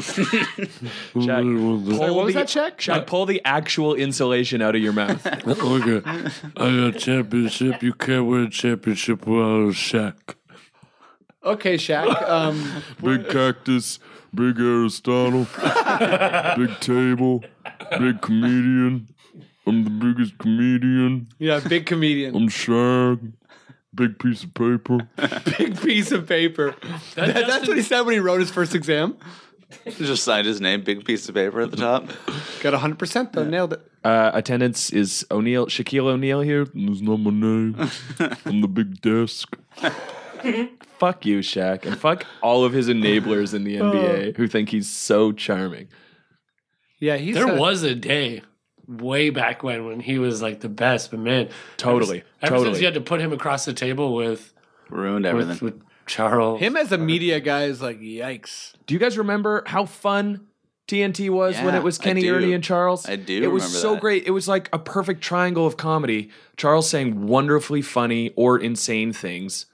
Speaker 6: Jack,
Speaker 1: Sorry, what was
Speaker 6: the-
Speaker 1: that, Shaq?
Speaker 6: Shaq, pull the actual insulation out of your mouth.
Speaker 8: Okay, I got championship. You can't win a championship without a shack.
Speaker 1: Okay, Shaq. Um,
Speaker 8: Big cactus, big Aristotle, big table, big comedian. I'm the biggest comedian.
Speaker 1: yeah, big comedian,
Speaker 8: I'm Shaq. Big piece of paper.
Speaker 1: big piece of paper. That- that's what he said when he wrote his first exam.
Speaker 5: Just signed his name, big piece of paper at the top.
Speaker 1: Got 100% though, nailed it.
Speaker 6: Uh, attendance is O'Neal, Shaquille O'Neal here.
Speaker 8: That's not my name. I'm the big desk.
Speaker 6: Fuck you, Shaq, and fuck all of his enablers in the
Speaker 1: Oh.
Speaker 6: NBA who think he's so charming.
Speaker 1: Yeah, he's
Speaker 4: There was a day way back when when he was like the best, but man,
Speaker 6: Totally,
Speaker 4: ever, ever
Speaker 6: totally.
Speaker 4: since you had to put him across the table with
Speaker 5: Ruined
Speaker 4: with,
Speaker 5: everything.
Speaker 4: with Charles,
Speaker 1: him as a media guy is like, yikes.
Speaker 6: Do you guys remember how fun TNT was when
Speaker 5: Yeah,
Speaker 6: it was
Speaker 5: I
Speaker 6: Kenny
Speaker 5: do.
Speaker 6: Ernie and Charles?
Speaker 5: I do
Speaker 6: It was
Speaker 5: remember
Speaker 6: so
Speaker 5: that.
Speaker 6: great. It was like a perfect triangle of comedy. Charles saying wonderfully funny or insane things,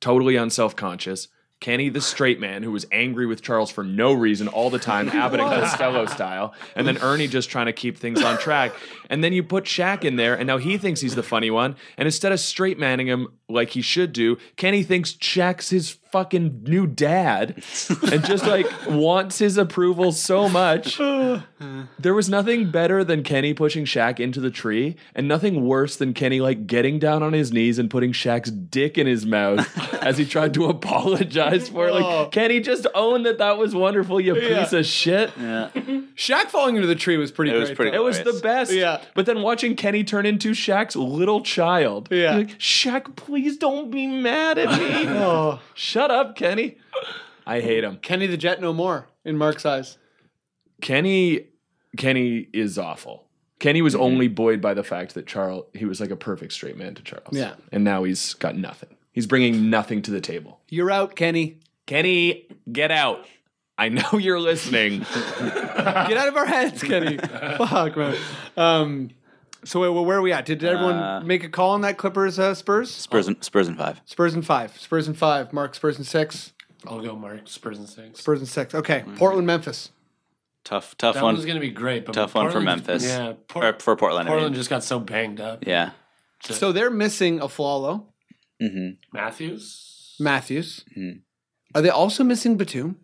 Speaker 6: totally unself-conscious. Kenny, the straight man who was angry with Charles for no reason all the time, Abbott and Costello style, and then Ernie just trying to keep things on track. And then you put Shaq in there, and now he thinks he's the funny one. And instead of straight manning him like he should do, Kenny thinks Shaq's his fucking new dad and just like wants his approval so much. There was nothing better than Kenny pushing Shaq into the tree, and nothing worse than Kenny like getting down on his knees and putting Shaq's dick in his mouth as he tried to apologize for it.
Speaker 1: Oh.
Speaker 6: Like, Kenny, just own that that was wonderful, you piece of shit.
Speaker 5: Yeah.
Speaker 1: Shaq falling into the tree was pretty
Speaker 5: It was
Speaker 1: great,
Speaker 5: pretty
Speaker 1: though.
Speaker 6: It was the
Speaker 5: Glorious.
Speaker 6: best.
Speaker 1: Yeah.
Speaker 6: But then watching Kenny turn into Shaq's little child.
Speaker 1: Yeah.
Speaker 6: You're Like, Shaq, please don't be mad at me.
Speaker 1: Oh,
Speaker 6: Shut up, Kenny. I hate him.
Speaker 1: Kenny the Jet no more in Mark's eyes.
Speaker 6: Kenny Kenny is awful. Kenny
Speaker 1: Mm-hmm.
Speaker 6: was only buoyed by the fact that Charles he was like a perfect straight man to Charles.
Speaker 1: Yeah.
Speaker 6: And now he's got nothing. He's bringing nothing to the table.
Speaker 1: You're out, Kenny.
Speaker 6: Kenny, get out. I know you're listening.
Speaker 1: Get out of our heads, Kenny. Fuck, man. Um, so wait, where are we at? Did everyone
Speaker 5: Uh,
Speaker 1: make a call on that Clippers uh, Spurs?
Speaker 5: Spurs and, Spurs and five.
Speaker 1: Spurs and five. Spurs and five. Mark Spurs and six.
Speaker 4: I'll go Mark Spurs and six.
Speaker 1: Spurs and six. Okay. Portland, Memphis.
Speaker 5: Tough, tough
Speaker 4: that
Speaker 5: one.
Speaker 4: one's going to be great. But
Speaker 5: tough one for
Speaker 4: Portland-
Speaker 5: Memphis.
Speaker 4: Yeah,
Speaker 5: Or for Portland. I mean.
Speaker 4: Portland just got so banged up.
Speaker 5: yeah.
Speaker 1: So they're missing a Flalo,
Speaker 5: Mm-hmm.
Speaker 4: Matthews.
Speaker 1: Matthews. Are they also missing Batum?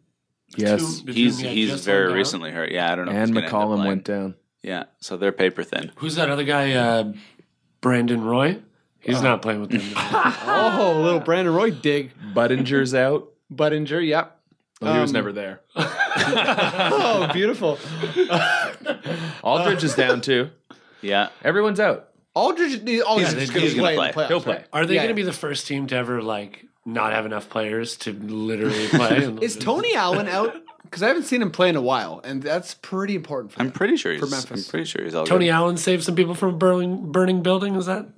Speaker 6: Yes.
Speaker 4: Batum,
Speaker 5: he's
Speaker 4: yeah,
Speaker 5: he's
Speaker 4: just
Speaker 5: very
Speaker 4: went down.
Speaker 5: recently hurt. Yeah, I don't know. if
Speaker 6: and
Speaker 5: he's gonna end up
Speaker 6: McCollum
Speaker 5: playing.
Speaker 6: went down.
Speaker 5: Yeah, so they're paper thin.
Speaker 4: Who's that other guy? Uh, Brandon Roy. He's not playing with them.
Speaker 1: Oh, little Brandon Roy dig.
Speaker 6: Buttinger's out.
Speaker 1: Buttinger, yep.
Speaker 6: Well, he was
Speaker 1: Um,
Speaker 6: never there.
Speaker 1: Oh, beautiful.
Speaker 6: Aldridge is down too.
Speaker 5: Yeah.
Speaker 6: Everyone's out.
Speaker 1: Aldridge, Aldridge
Speaker 4: Yeah,
Speaker 1: is
Speaker 4: they-
Speaker 1: going
Speaker 4: he's
Speaker 1: to
Speaker 5: gonna
Speaker 1: play, in the
Speaker 5: play.
Speaker 1: playoffs,
Speaker 6: He'll play.
Speaker 1: right?
Speaker 4: Are they
Speaker 1: Yeah,
Speaker 4: going to
Speaker 1: yeah.
Speaker 4: be the first team to ever like not have enough players to literally play? And
Speaker 1: Is Tony Allen out? Because I haven't seen him play in a while, and that's pretty important for
Speaker 5: I'm
Speaker 1: them.
Speaker 5: pretty sure
Speaker 1: For
Speaker 5: he's I'm
Speaker 1: Memphis.
Speaker 5: pretty sure he's all
Speaker 4: Tony
Speaker 5: good.
Speaker 4: Allen saved some people from a burning burning building? Is that?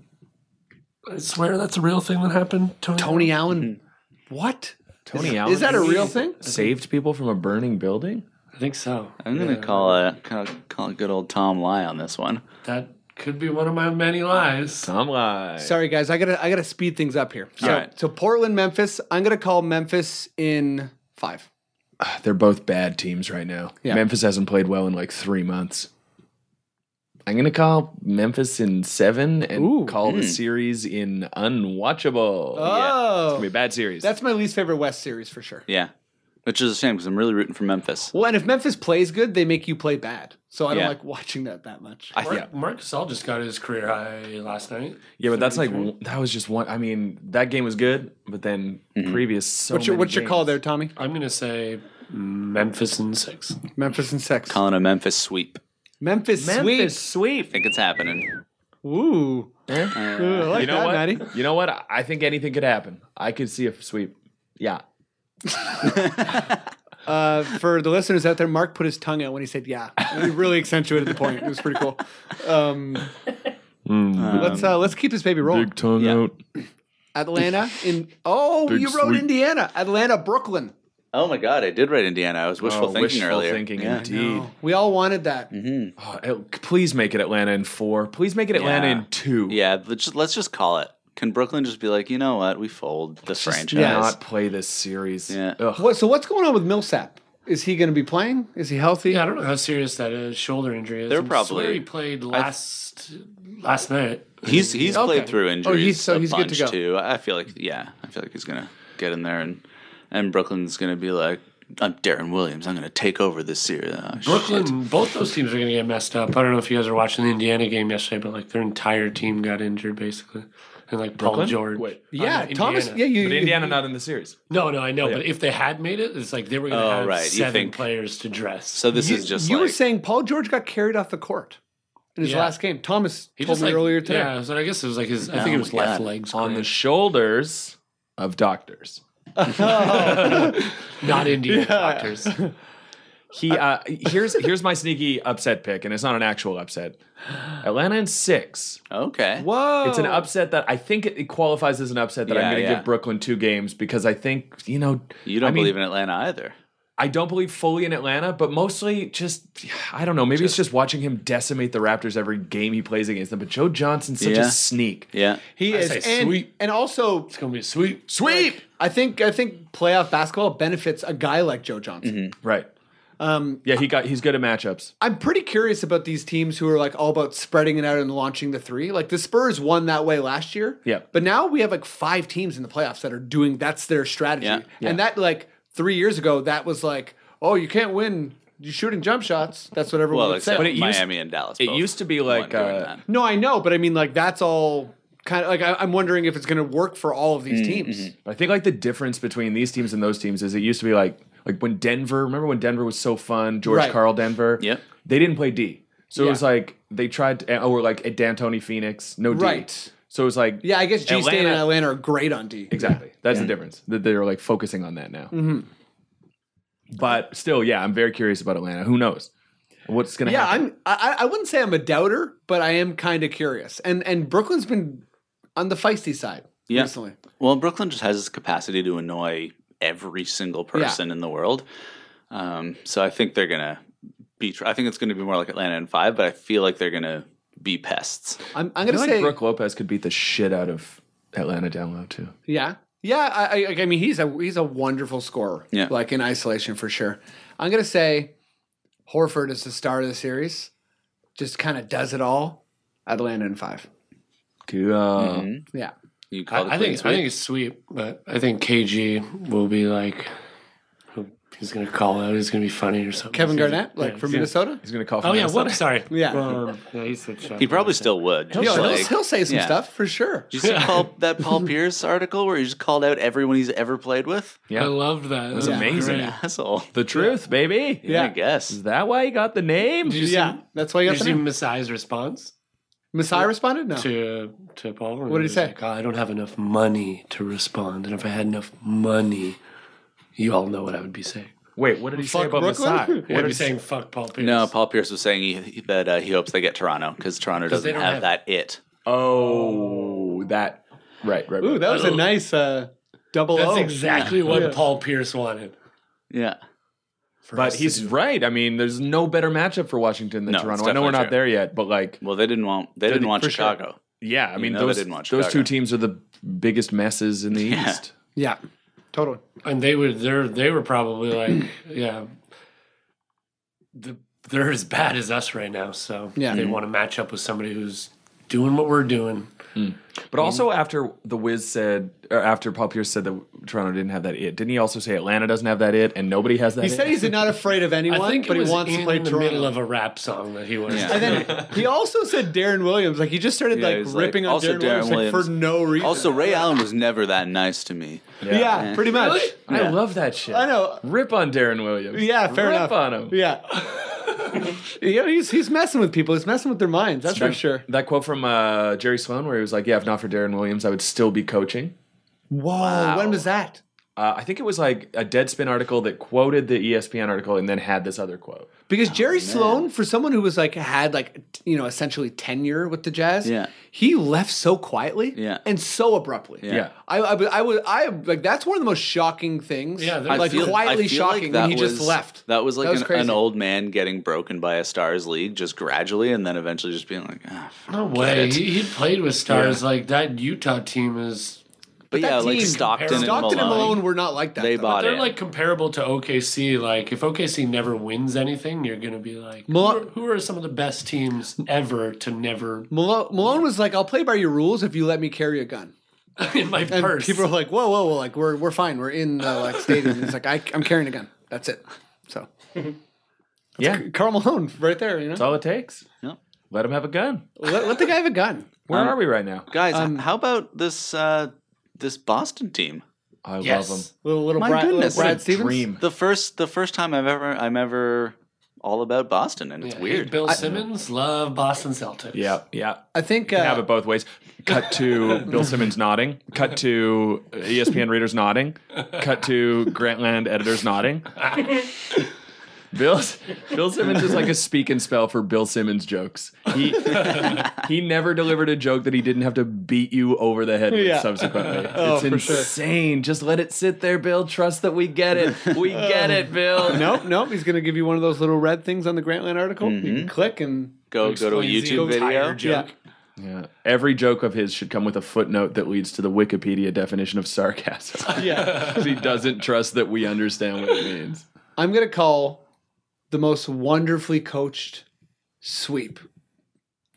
Speaker 4: I swear that's a real thing that happened. Tony.
Speaker 1: Tony Allen,
Speaker 6: Mm-hmm.
Speaker 1: what?
Speaker 6: Tony
Speaker 1: is,
Speaker 6: Allen
Speaker 1: Is that a real thing?
Speaker 6: saved people from a burning building.
Speaker 4: I think so.
Speaker 5: I'm gonna call a call, call good old Tom Lie on this one.
Speaker 4: That could be one of my many lies.
Speaker 6: Tom Lai.
Speaker 1: Sorry, guys, I gotta I gotta speed things up here. So,
Speaker 5: All right.
Speaker 1: so Portland, Memphis. I'm gonna call Memphis in five.
Speaker 6: They're both bad teams right now.
Speaker 1: Yeah.
Speaker 6: Memphis hasn't played well in like three months. I'm gonna call Memphis in seven and
Speaker 1: Ooh. Hmm.
Speaker 6: call the series in unwatchable. It's
Speaker 1: Oh,
Speaker 6: gonna be a bad series.
Speaker 1: that's my least favorite West series for sure.
Speaker 5: Yeah, which is a shame because I'm really rooting for Memphis.
Speaker 1: Well, and if Memphis plays good, they make you play bad. So I don't
Speaker 5: Yeah.
Speaker 1: like watching that that much.
Speaker 5: I
Speaker 4: Mark,
Speaker 5: think
Speaker 4: Mark Gasol just got his career high last night.
Speaker 6: yeah, but that's like one- that was just one. I mean, that game was good, but then previous.
Speaker 1: Mm-hmm.
Speaker 6: So
Speaker 1: what's your
Speaker 6: many
Speaker 1: What's your call
Speaker 6: games.
Speaker 1: there, Tommy?
Speaker 4: I'm gonna say Memphis and six.
Speaker 1: Memphis and six.
Speaker 5: calling a Memphis sweep.
Speaker 1: Memphis,
Speaker 6: Memphis
Speaker 1: sweep.
Speaker 5: I
Speaker 6: sweep.
Speaker 5: think it's happening.
Speaker 1: Ooh, Ooh, I like
Speaker 6: You know
Speaker 1: that,
Speaker 6: what?
Speaker 1: Maddie.
Speaker 6: You know what? I- I think anything could happen. I could see a sweep. Yeah.
Speaker 1: Uh, for the listeners out there, Mark put his tongue out when he said "yeah." He really accentuated the point. It was pretty cool. Um, let's
Speaker 5: Um,
Speaker 1: uh, let's keep this baby rolling.
Speaker 6: tongue
Speaker 5: Yeah.
Speaker 1: Oh,
Speaker 6: out.
Speaker 1: Atlanta in oh,
Speaker 6: Big
Speaker 1: you wrote
Speaker 6: sweep.
Speaker 1: Indiana, Atlanta, Brooklyn.
Speaker 5: Oh my God, I did write Indiana. I was wishful
Speaker 6: Oh,
Speaker 5: thinking
Speaker 6: wishful
Speaker 5: earlier.
Speaker 6: thinking,
Speaker 5: yeah. Mm-hmm.
Speaker 6: indeed.
Speaker 1: Oh, We all wanted that.
Speaker 6: Oh, it- please make it Atlanta in four. Please make it Atlanta
Speaker 5: Yeah.
Speaker 6: in two.
Speaker 5: Yeah, but just, let's just call it. Can Brooklyn just be like, you know what? We fold the franchise.
Speaker 6: Yeah. Not play this series.
Speaker 5: Yeah.
Speaker 6: Ugh.
Speaker 1: What, so what's going on with Millsap? Is he going to be playing? Is he healthy?
Speaker 4: Yeah, I don't know how serious that is. Shoulder injury. is.
Speaker 5: They're
Speaker 4: I'm swear
Speaker 5: probably-
Speaker 4: he played last last night.
Speaker 5: He's he's played through injuries.
Speaker 1: Oh, he's- so
Speaker 5: a
Speaker 1: he's good to
Speaker 5: bunch,
Speaker 1: go.
Speaker 5: Too. I feel like yeah, I feel like he's gonna get in there and and Brooklyn's gonna be like, I'm Darren Williams. I'm gonna take over this series. Oh, shit.
Speaker 4: Brooklyn, both those teams are going to get messed up. I don't know if you guys are watching the Indiana game yesterday, but like their entire team got injured basically, and like Paul
Speaker 6: Brooklyn?
Speaker 4: George.
Speaker 6: Wait.
Speaker 1: Yeah,
Speaker 4: Uh,
Speaker 1: Thomas.
Speaker 4: Indiana.
Speaker 1: Yeah, you.
Speaker 6: But
Speaker 1: you-
Speaker 6: Indiana not in the series.
Speaker 4: No, no, I know, but if they had made it, it's like they were going to
Speaker 5: Oh,
Speaker 4: have
Speaker 5: right, you
Speaker 4: seven
Speaker 5: think-
Speaker 4: players to dress.
Speaker 5: So this
Speaker 1: you-
Speaker 5: is just
Speaker 1: you
Speaker 5: like
Speaker 1: were saying Paul George got carried off the court in his
Speaker 4: Yeah.
Speaker 1: last game. Thomas
Speaker 4: he
Speaker 1: told
Speaker 4: just
Speaker 1: me
Speaker 4: like,
Speaker 1: earlier today.
Speaker 4: Yeah, so I guess it was like his. I
Speaker 5: Oh
Speaker 4: think it was
Speaker 5: my
Speaker 4: left
Speaker 5: God.
Speaker 4: legs
Speaker 6: On the
Speaker 4: sh-
Speaker 6: shoulders of doctors.
Speaker 4: not Indiana doctors.
Speaker 6: He uh, here's here's my sneaky upset pick, and it's not an actual upset. Atlanta in six.
Speaker 5: okay.
Speaker 1: Whoa!
Speaker 6: It's an upset that I think it qualifies as an upset that I'm
Speaker 5: Yeah,
Speaker 6: going to
Speaker 5: yeah.
Speaker 6: give Brooklyn two games because I think you know
Speaker 5: You don't
Speaker 6: I mean,
Speaker 5: believe in Atlanta either.
Speaker 6: I don't believe fully in Atlanta, but mostly just I don't know. Maybe it's just watching him decimate the Raptors every game he plays against them. But Joe Johnson's such
Speaker 5: Yeah.
Speaker 6: a sneak.
Speaker 5: Yeah.
Speaker 1: He
Speaker 4: I
Speaker 1: is,
Speaker 4: say
Speaker 1: and
Speaker 4: sweep.
Speaker 1: and also
Speaker 4: It's going to be sweet.
Speaker 6: Sweep.
Speaker 1: I think I think playoff basketball benefits a guy like Joe Johnson.
Speaker 6: right. Um, yeah, he got he's good at matchups.
Speaker 1: I'm pretty curious about these teams who are like all about spreading it out and launching the three. Like the Spurs won that way last year.
Speaker 6: Yeah.
Speaker 1: But now we have like five teams in the playoffs that are doing that's their strategy.
Speaker 5: Yeah.
Speaker 1: And that like three years ago, that was like, oh, you can't win you shooting jump shots. That's what everyone
Speaker 5: Well,
Speaker 1: would say.
Speaker 5: except
Speaker 6: But it used-
Speaker 5: Miami and Dallas.
Speaker 6: it
Speaker 5: both
Speaker 6: used to be
Speaker 5: won
Speaker 6: like,
Speaker 5: during
Speaker 6: uh,
Speaker 5: that.
Speaker 1: no, I know, but I mean like that's all kind of like I, I'm wondering if it's gonna work for all of these teams.
Speaker 6: But I think like the difference between these teams and those teams is it used to be like like when Denver. Remember when Denver was so fun? George
Speaker 1: Right.
Speaker 6: Carl Denver.
Speaker 5: Yep.
Speaker 6: They didn't play D, so it
Speaker 1: Yeah.
Speaker 6: was like they tried. To, oh, we're like at D'Antoni Phoenix. No D.
Speaker 1: Right.
Speaker 6: So it was like
Speaker 1: Yeah, I guess G State and
Speaker 6: Atlanta-
Speaker 1: Atlanta are great on D.
Speaker 6: Exactly. That's the difference. That they're like focusing on that now.
Speaker 1: Mm-hmm.
Speaker 6: But still, yeah, I'm very curious about Atlanta. Who knows what's going to
Speaker 1: Yeah,
Speaker 6: happen?
Speaker 1: I'm. I, I wouldn't say I'm a doubter, but I am kind of curious. And and Brooklyn's been on the feisty side
Speaker 5: Yeah.
Speaker 1: recently.
Speaker 5: Well, Brooklyn just has this capacity to annoy every single person in the world. Um, so I think they're gonna be. tr- I think it's gonna be more like Atlanta in five, but I feel like they're gonna be pests.
Speaker 1: I'm, I'm
Speaker 6: I
Speaker 1: gonna
Speaker 6: feel like
Speaker 1: say
Speaker 6: Brooke Lopez could beat the shit out of Atlanta down low too.
Speaker 1: Yeah, yeah. I, I, I mean, he's a he's a wonderful scorer.
Speaker 6: Yeah.
Speaker 1: like in isolation for sure. I'm gonna say Horford is the star of the series. Just kind of does it all. Atlanta in five.
Speaker 6: Uh,
Speaker 5: Mm-hmm.
Speaker 1: Yeah.
Speaker 5: You
Speaker 1: called
Speaker 4: I,
Speaker 1: it
Speaker 4: I think
Speaker 1: clean
Speaker 4: I think it's sweep, but I think KG will be like who- he's going to call out. He's going to be funny or something.
Speaker 1: Kevin
Speaker 4: He's gonna-
Speaker 1: Garnett, like
Speaker 4: yeah,
Speaker 1: from
Speaker 4: he's gonna-
Speaker 1: Minnesota. He's
Speaker 6: gonna call.
Speaker 4: Oh yeah, whoops, sorry.
Speaker 1: Yeah.
Speaker 4: um, yeah, he said
Speaker 5: He probably still would.
Speaker 1: He'll,
Speaker 5: just
Speaker 1: he'll,
Speaker 5: like-
Speaker 1: he'll say some
Speaker 5: yeah.
Speaker 1: stuff for sure.
Speaker 5: Did you see Paul, that Paul Pierce article where he just called out everyone he's ever played with?
Speaker 6: Yeah. I
Speaker 4: loved that.
Speaker 6: That's That was amazing. great.
Speaker 5: Asshole.
Speaker 6: The truth, baby.
Speaker 5: Yeah, I guess.
Speaker 6: Is that why he got the name?
Speaker 4: Did you see- Yeah,
Speaker 1: that's why you
Speaker 4: Did
Speaker 1: got
Speaker 4: you
Speaker 1: the
Speaker 4: see
Speaker 1: name.
Speaker 4: Masai's response?
Speaker 1: Masai responded? No.
Speaker 4: to to Paul.
Speaker 1: What did he
Speaker 4: was
Speaker 1: say?
Speaker 4: like, "Oh, I don't have enough money to respond, and if I had enough money, you all know what I would be saying.
Speaker 6: Wait, what did he say about Masai? What did
Speaker 4: I'd be
Speaker 6: he
Speaker 4: saying, "Fuck Paul Pierce."
Speaker 5: No, Paul Pierce was saying he, that uh, he hopes they get Toronto because Toronto
Speaker 4: 'Cause they
Speaker 5: doesn't
Speaker 4: don't
Speaker 5: have,
Speaker 4: have-
Speaker 5: that it.
Speaker 6: Oh, that right, right.
Speaker 1: Ooh, that was a nice uh, double.
Speaker 4: That's
Speaker 1: O.
Speaker 4: exactly what
Speaker 1: Yeah.
Speaker 4: Paul Pierce wanted.
Speaker 5: Yeah.
Speaker 6: But he's right. I mean, there's no better matchup for Washington than
Speaker 5: No, it's
Speaker 6: Toronto. I know we're
Speaker 5: definitely
Speaker 6: not
Speaker 5: true.
Speaker 6: there yet, but like,
Speaker 5: well, they didn't want They didn't want Chicago.
Speaker 6: Yeah, I
Speaker 5: You
Speaker 6: mean,
Speaker 5: know they
Speaker 6: those
Speaker 5: didn't want
Speaker 6: those two
Speaker 5: Chicago.
Speaker 6: teams are the biggest messes in the
Speaker 4: Yeah.
Speaker 6: East.
Speaker 1: Yeah, totally.
Speaker 4: And they were they're they were probably like, yeah, the, they're as bad as us right now. So
Speaker 6: Yeah.
Speaker 4: they
Speaker 6: Mhm.
Speaker 4: want to match up with somebody who's doing what we're doing.
Speaker 6: But also after the Wiz said, or after Paul Pierce said that Toronto didn't have that it, didn't he also say Atlanta doesn't have that it and nobody has that?
Speaker 1: He
Speaker 6: it?
Speaker 1: said he's not afraid of anyone,
Speaker 4: I think
Speaker 1: but
Speaker 4: it was
Speaker 1: he wants
Speaker 4: in
Speaker 1: to play
Speaker 4: the
Speaker 1: Toronto.
Speaker 4: middle of a rap song that he was.
Speaker 1: And then he also said Darren Williams. Like he just started
Speaker 5: Yeah,
Speaker 1: like
Speaker 5: he's like,
Speaker 1: ripping on
Speaker 5: also
Speaker 1: Darren, Williams, like, for no reason.
Speaker 5: Also, Ray Allen was never that nice to me.
Speaker 1: Yeah, pretty much.
Speaker 6: I love that shit.
Speaker 1: I know.
Speaker 6: Rip on Darren Williams.
Speaker 1: Yeah, fair
Speaker 6: Rip
Speaker 1: enough.
Speaker 6: on him.
Speaker 1: Yeah. you know, he's he's messing with people. He's messing with their minds. That's for
Speaker 6: That-
Speaker 1: sure.
Speaker 6: That quote from uh, Jerry Sloan where he was like, "Yeah, if not for Darren Williams, I would still be coaching."
Speaker 1: Whoa! When was that?
Speaker 6: Uh, I think it was like a Deadspin article that quoted the E ESPN article and then had this other quote.
Speaker 1: Because Jerry Sloan, for someone who was like had like t- you know essentially tenure with the Jazz,
Speaker 6: Yeah.
Speaker 1: he left so quietly,
Speaker 6: Yeah.
Speaker 1: and so abruptly.
Speaker 6: Yeah. Yeah.
Speaker 1: I, I I would I like that's one of the most shocking things. Yeah, like
Speaker 5: feel-
Speaker 1: quietly
Speaker 5: I feel like
Speaker 1: shocking
Speaker 5: that
Speaker 1: when he just
Speaker 5: was-
Speaker 1: left.
Speaker 5: That was like
Speaker 1: That was
Speaker 5: an,
Speaker 1: crazy.
Speaker 5: an old man getting broken by a Stars League just gradually and then eventually just being like, ah,
Speaker 4: No
Speaker 5: Get
Speaker 4: way.
Speaker 5: it.
Speaker 4: He, he played with stars
Speaker 5: Yeah.
Speaker 4: like that. Utah team is.
Speaker 5: But yeah, like Stockton and
Speaker 1: Stockton and Malone were not like that.
Speaker 5: They
Speaker 1: though.
Speaker 5: bought
Speaker 4: They're
Speaker 5: in.
Speaker 4: like comparable to OKC. Like if OKC never wins anything, you're gonna be like, who
Speaker 1: Mal-
Speaker 4: are, who are some of the best teams ever to never
Speaker 1: Malone, Malone was like, "I'll play by your rules if you let me carry a gun."
Speaker 4: in my
Speaker 1: and
Speaker 4: purse?
Speaker 1: People are like, "Whoa, whoa, whoa! Like we're we're fine. We're in the like stadium." It's like I, I'm carrying a gun. That's it. So
Speaker 6: Yeah,
Speaker 1: Carl Malone, right there. You know,
Speaker 6: that's all it takes.
Speaker 5: Yep.
Speaker 6: Let him have a gun.
Speaker 1: let, let the guy have a gun.
Speaker 6: Where
Speaker 5: Um,
Speaker 6: are we right now?
Speaker 5: guys,
Speaker 1: Um,
Speaker 5: how about this uh, this Boston team?
Speaker 6: I
Speaker 1: Yes.
Speaker 6: love him.
Speaker 1: Little little
Speaker 5: My
Speaker 1: Brad, little
Speaker 5: goodness,
Speaker 1: Brad
Speaker 5: a
Speaker 1: Stevens.
Speaker 6: dream.
Speaker 5: The first the first time I've ever I'm ever all about Boston and it's
Speaker 4: Hate
Speaker 5: weird.
Speaker 4: Bill
Speaker 5: I-
Speaker 4: Simmons, love Boston Celtics.
Speaker 6: Yeah, yeah.
Speaker 1: I think uh,
Speaker 6: You can have it both ways. Cut to Bill Simmons nodding. Cut to E ESPN readers nodding. Cut to Grantland editors nodding. Bill Bill Simmons is like a speak and spell for Bill Simmons jokes. He he never delivered a joke that he didn't have to beat you over the head with
Speaker 1: Yeah.
Speaker 6: subsequently.
Speaker 1: Oh,
Speaker 6: it's
Speaker 1: for sure.
Speaker 6: insane. Just let it sit there, Bill. Trust that we get it. We get it, Bill.
Speaker 1: nope, nope. He's gonna give you one of those little red things on the Grantland article. You can click and
Speaker 5: Go Mm-hmm. go to a
Speaker 1: Explains the
Speaker 5: YouTube
Speaker 1: entire
Speaker 5: video.
Speaker 1: joke.
Speaker 6: Yeah. Every joke of his should come with a footnote that leads to the Wikipedia definition of sarcasm.
Speaker 1: Yeah.
Speaker 6: 'Cause he doesn't trust that we understand what it means.
Speaker 1: I'm gonna call the most wonderfully coached sweep.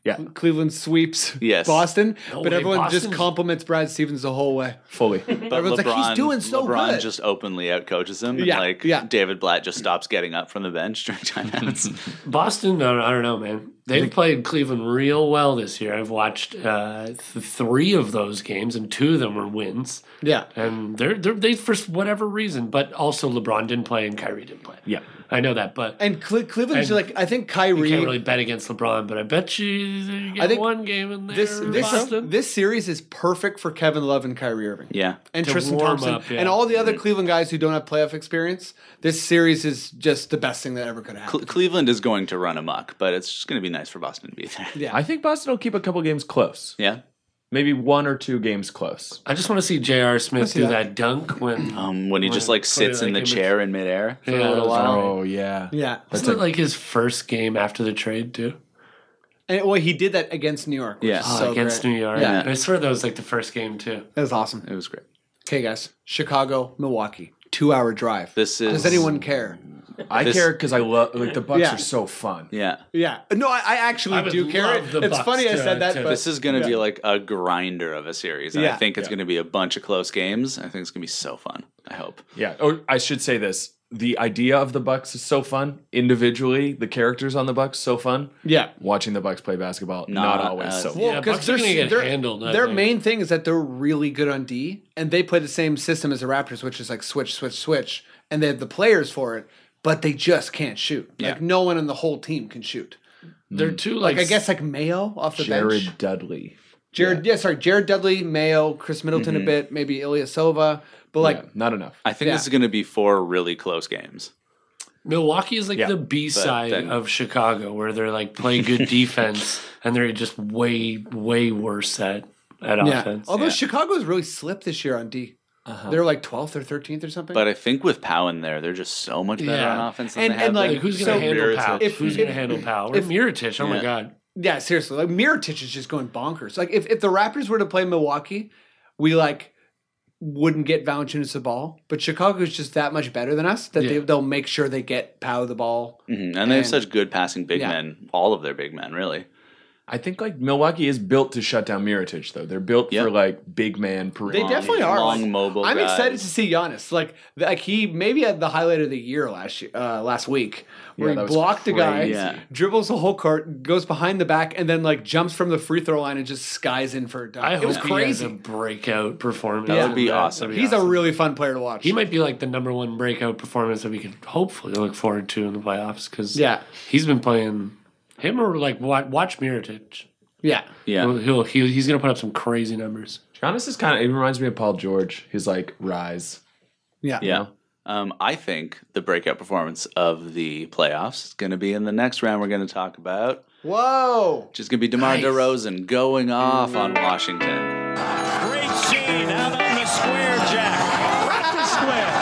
Speaker 6: Yeah.
Speaker 1: Cleveland sweeps
Speaker 5: Yes.
Speaker 1: Boston,
Speaker 5: No
Speaker 1: but
Speaker 5: way,
Speaker 1: everyone just
Speaker 5: Boston's-
Speaker 1: compliments Brad Stevens the whole way.
Speaker 6: Fully.
Speaker 5: But
Speaker 1: Everyone's
Speaker 5: LeBron,
Speaker 1: like, he's doing so
Speaker 5: LeBron
Speaker 1: good.
Speaker 5: just openly outcoaches him.
Speaker 1: Yeah,
Speaker 5: and like David Blatt just stops getting up from the bench during timeouts.
Speaker 4: Boston, I don't, I don't know, man. They've played Cleveland real well this year. I've watched uh, th- three of those games, and two of them were wins.
Speaker 1: Yeah,
Speaker 4: and they're, they're they for whatever reason, but also LeBron didn't play and Kyrie didn't play.
Speaker 6: Yeah,
Speaker 4: I know that, but
Speaker 1: and Cle- Cleveland's
Speaker 4: And
Speaker 1: like, I think
Speaker 4: you
Speaker 1: Kyrie.
Speaker 4: can't really bet against LeBron. But I bet you, you get
Speaker 1: I think
Speaker 4: one game in there.
Speaker 1: this this, this series is perfect for Kevin Love and Kyrie Irving.
Speaker 5: yeah.
Speaker 1: and
Speaker 4: To
Speaker 1: Tristan
Speaker 4: warm
Speaker 1: Thompson
Speaker 4: up, yeah.
Speaker 1: and all the other Cleveland guys who don't have playoff experience. This series is just the best thing that ever could happen.
Speaker 5: Cle- Cleveland is going to run amok, but it's just going to be nice for Boston to be there.
Speaker 1: Yeah.
Speaker 6: I think Boston will keep a couple games close.
Speaker 5: Yeah.
Speaker 6: maybe one or two games close.
Speaker 4: I just want to see J.R. Smith do that. dunk when
Speaker 5: um, when he just like
Speaker 4: put
Speaker 5: sits
Speaker 4: it,
Speaker 5: in the
Speaker 4: like, in
Speaker 5: chair in midair
Speaker 4: Yeah, that was
Speaker 6: Oh yeah,
Speaker 1: Yeah.
Speaker 4: Isn't
Speaker 1: That's
Speaker 4: that
Speaker 1: a-
Speaker 4: like his first game after the trade too?
Speaker 1: And, well, he did that against New York. which
Speaker 4: Yeah.
Speaker 1: is
Speaker 4: Oh,
Speaker 1: so
Speaker 4: against
Speaker 1: great.
Speaker 4: New York.
Speaker 1: Yeah.
Speaker 4: I swear that was like the first game too.
Speaker 1: That was awesome.
Speaker 5: It was great.
Speaker 1: Okay, guys. Chicago, Milwaukee, two hour drive.
Speaker 5: This
Speaker 1: Does
Speaker 5: is-
Speaker 1: anyone care?
Speaker 6: I
Speaker 5: This-
Speaker 6: care because I love like the Bucks
Speaker 1: Yeah.
Speaker 6: are so fun.
Speaker 5: Yeah.
Speaker 1: Yeah. No, I, I actually
Speaker 4: I would
Speaker 1: do care.
Speaker 4: love the
Speaker 1: It's
Speaker 4: Bucks
Speaker 1: funny I
Speaker 4: to-
Speaker 1: said that,
Speaker 4: to-
Speaker 1: but
Speaker 5: This is going to
Speaker 1: yeah.
Speaker 5: be like a grinder of a series. And
Speaker 1: Yeah.
Speaker 5: I think it's going to be a bunch of close games. I think it's going to be so fun. I hope.
Speaker 6: Yeah. Oh, I should say this. The idea of the Bucks is so fun. Individually, the characters on the Bucks so fun.
Speaker 1: Yeah.
Speaker 6: Watching the Bucks play basketball, not,
Speaker 5: Not
Speaker 6: always
Speaker 5: as-
Speaker 6: so fun.
Speaker 1: Well,
Speaker 4: Yeah,
Speaker 1: because
Speaker 4: Bucks are gonna get handled, I
Speaker 1: Their
Speaker 4: think.
Speaker 1: main thing is that they're really good on D, and they play the same system as the Raptors, which is like switch, switch, switch, and they have the players for it, but they just can't shoot.
Speaker 5: Yeah.
Speaker 1: Like no one on the whole team can shoot.
Speaker 4: They're too
Speaker 1: Hmm. Like
Speaker 4: like,
Speaker 1: I guess like Mayo off the
Speaker 6: Jared
Speaker 1: bench.
Speaker 6: Dudley.
Speaker 1: Jared, yeah. sorry, Jared Dudley, Mayo, Chris Middleton a bit, maybe Ilya Sova, but like
Speaker 6: Yeah, not enough.
Speaker 5: I think
Speaker 1: Yeah.
Speaker 5: this is going to be four really close games.
Speaker 4: Milwaukee is like
Speaker 6: Yeah,
Speaker 4: the B side
Speaker 5: then-
Speaker 4: of Chicago, where they're like play good defense and they're just way way worse at at
Speaker 1: yeah. Oh,
Speaker 4: offense.
Speaker 1: Although
Speaker 5: yeah.
Speaker 1: Chicago's really slipped this year on D. They're like 12th or 13th or something.
Speaker 5: But I think with Powell in there, they're just so much better
Speaker 4: Yeah.
Speaker 5: on offense than
Speaker 1: And-
Speaker 5: they have.
Speaker 1: and, like,
Speaker 4: Like who's
Speaker 5: so
Speaker 4: gonna handle
Speaker 5: Mirotic.
Speaker 4: Powell?
Speaker 1: If-
Speaker 4: who's
Speaker 1: if-
Speaker 4: gonna handle Powell? Or
Speaker 1: if-
Speaker 4: Miritich? Oh my
Speaker 5: Yeah.
Speaker 4: god!
Speaker 1: Yeah, seriously. Like Miritich is just going bonkers. Like if, if the Raptors were to play Milwaukee, we like wouldn't get Valanciunas the ball, but Chicago's just that much better than us that they,
Speaker 4: Yeah.
Speaker 1: they'll make sure they get Pow the ball.
Speaker 5: Mhm. And they have
Speaker 1: Mm-hmm. And-
Speaker 5: such good passing big
Speaker 1: Yeah.
Speaker 5: men, all of their big men, really.
Speaker 6: I think like Milwaukee is built to shut down Miritich though. They're built
Speaker 5: Yeah.
Speaker 6: for like big man perimeter.
Speaker 1: They definitely are.
Speaker 5: long
Speaker 1: Like,
Speaker 5: mobile.
Speaker 1: I'm
Speaker 5: guys.
Speaker 1: excited to see Giannis. Like th- like he maybe had the highlight of the year last year, uh, last week where
Speaker 6: Yeah, that
Speaker 1: he
Speaker 6: was
Speaker 1: blocked a guy,
Speaker 6: crazy.
Speaker 5: Yeah.
Speaker 1: dribbles the whole court, goes behind the back, and then like jumps from the free throw line and just skies in for a dunk.
Speaker 4: I
Speaker 1: it
Speaker 4: hope
Speaker 1: was
Speaker 4: he has a
Speaker 1: crazy.
Speaker 4: breakout performance.
Speaker 5: That would be
Speaker 4: in
Speaker 5: awesome.
Speaker 4: That'd be
Speaker 1: He's
Speaker 4: awesome.
Speaker 1: a really fun player to watch.
Speaker 4: He might be like the number one breakout performance that we can hopefully look forward to in the playoffs because
Speaker 1: Yeah.
Speaker 4: he's been playing him or like watch, watch Miritich.
Speaker 1: yeah.
Speaker 5: Yeah.
Speaker 4: He'll, he'll, he'll he's gonna put up some crazy numbers.
Speaker 6: Giannis is kind of. It reminds me of Paul George. He's like rise.
Speaker 1: Yeah.
Speaker 5: Yeah. Um, I think the breakout performance of the playoffs is going to be in the next round we're going to talk about,
Speaker 1: Whoa. Mm.
Speaker 5: which is going to be DeMar
Speaker 4: Nice.
Speaker 5: DeRozan going off on Washington.
Speaker 9: Great scene out on the square, Jack. Right the square.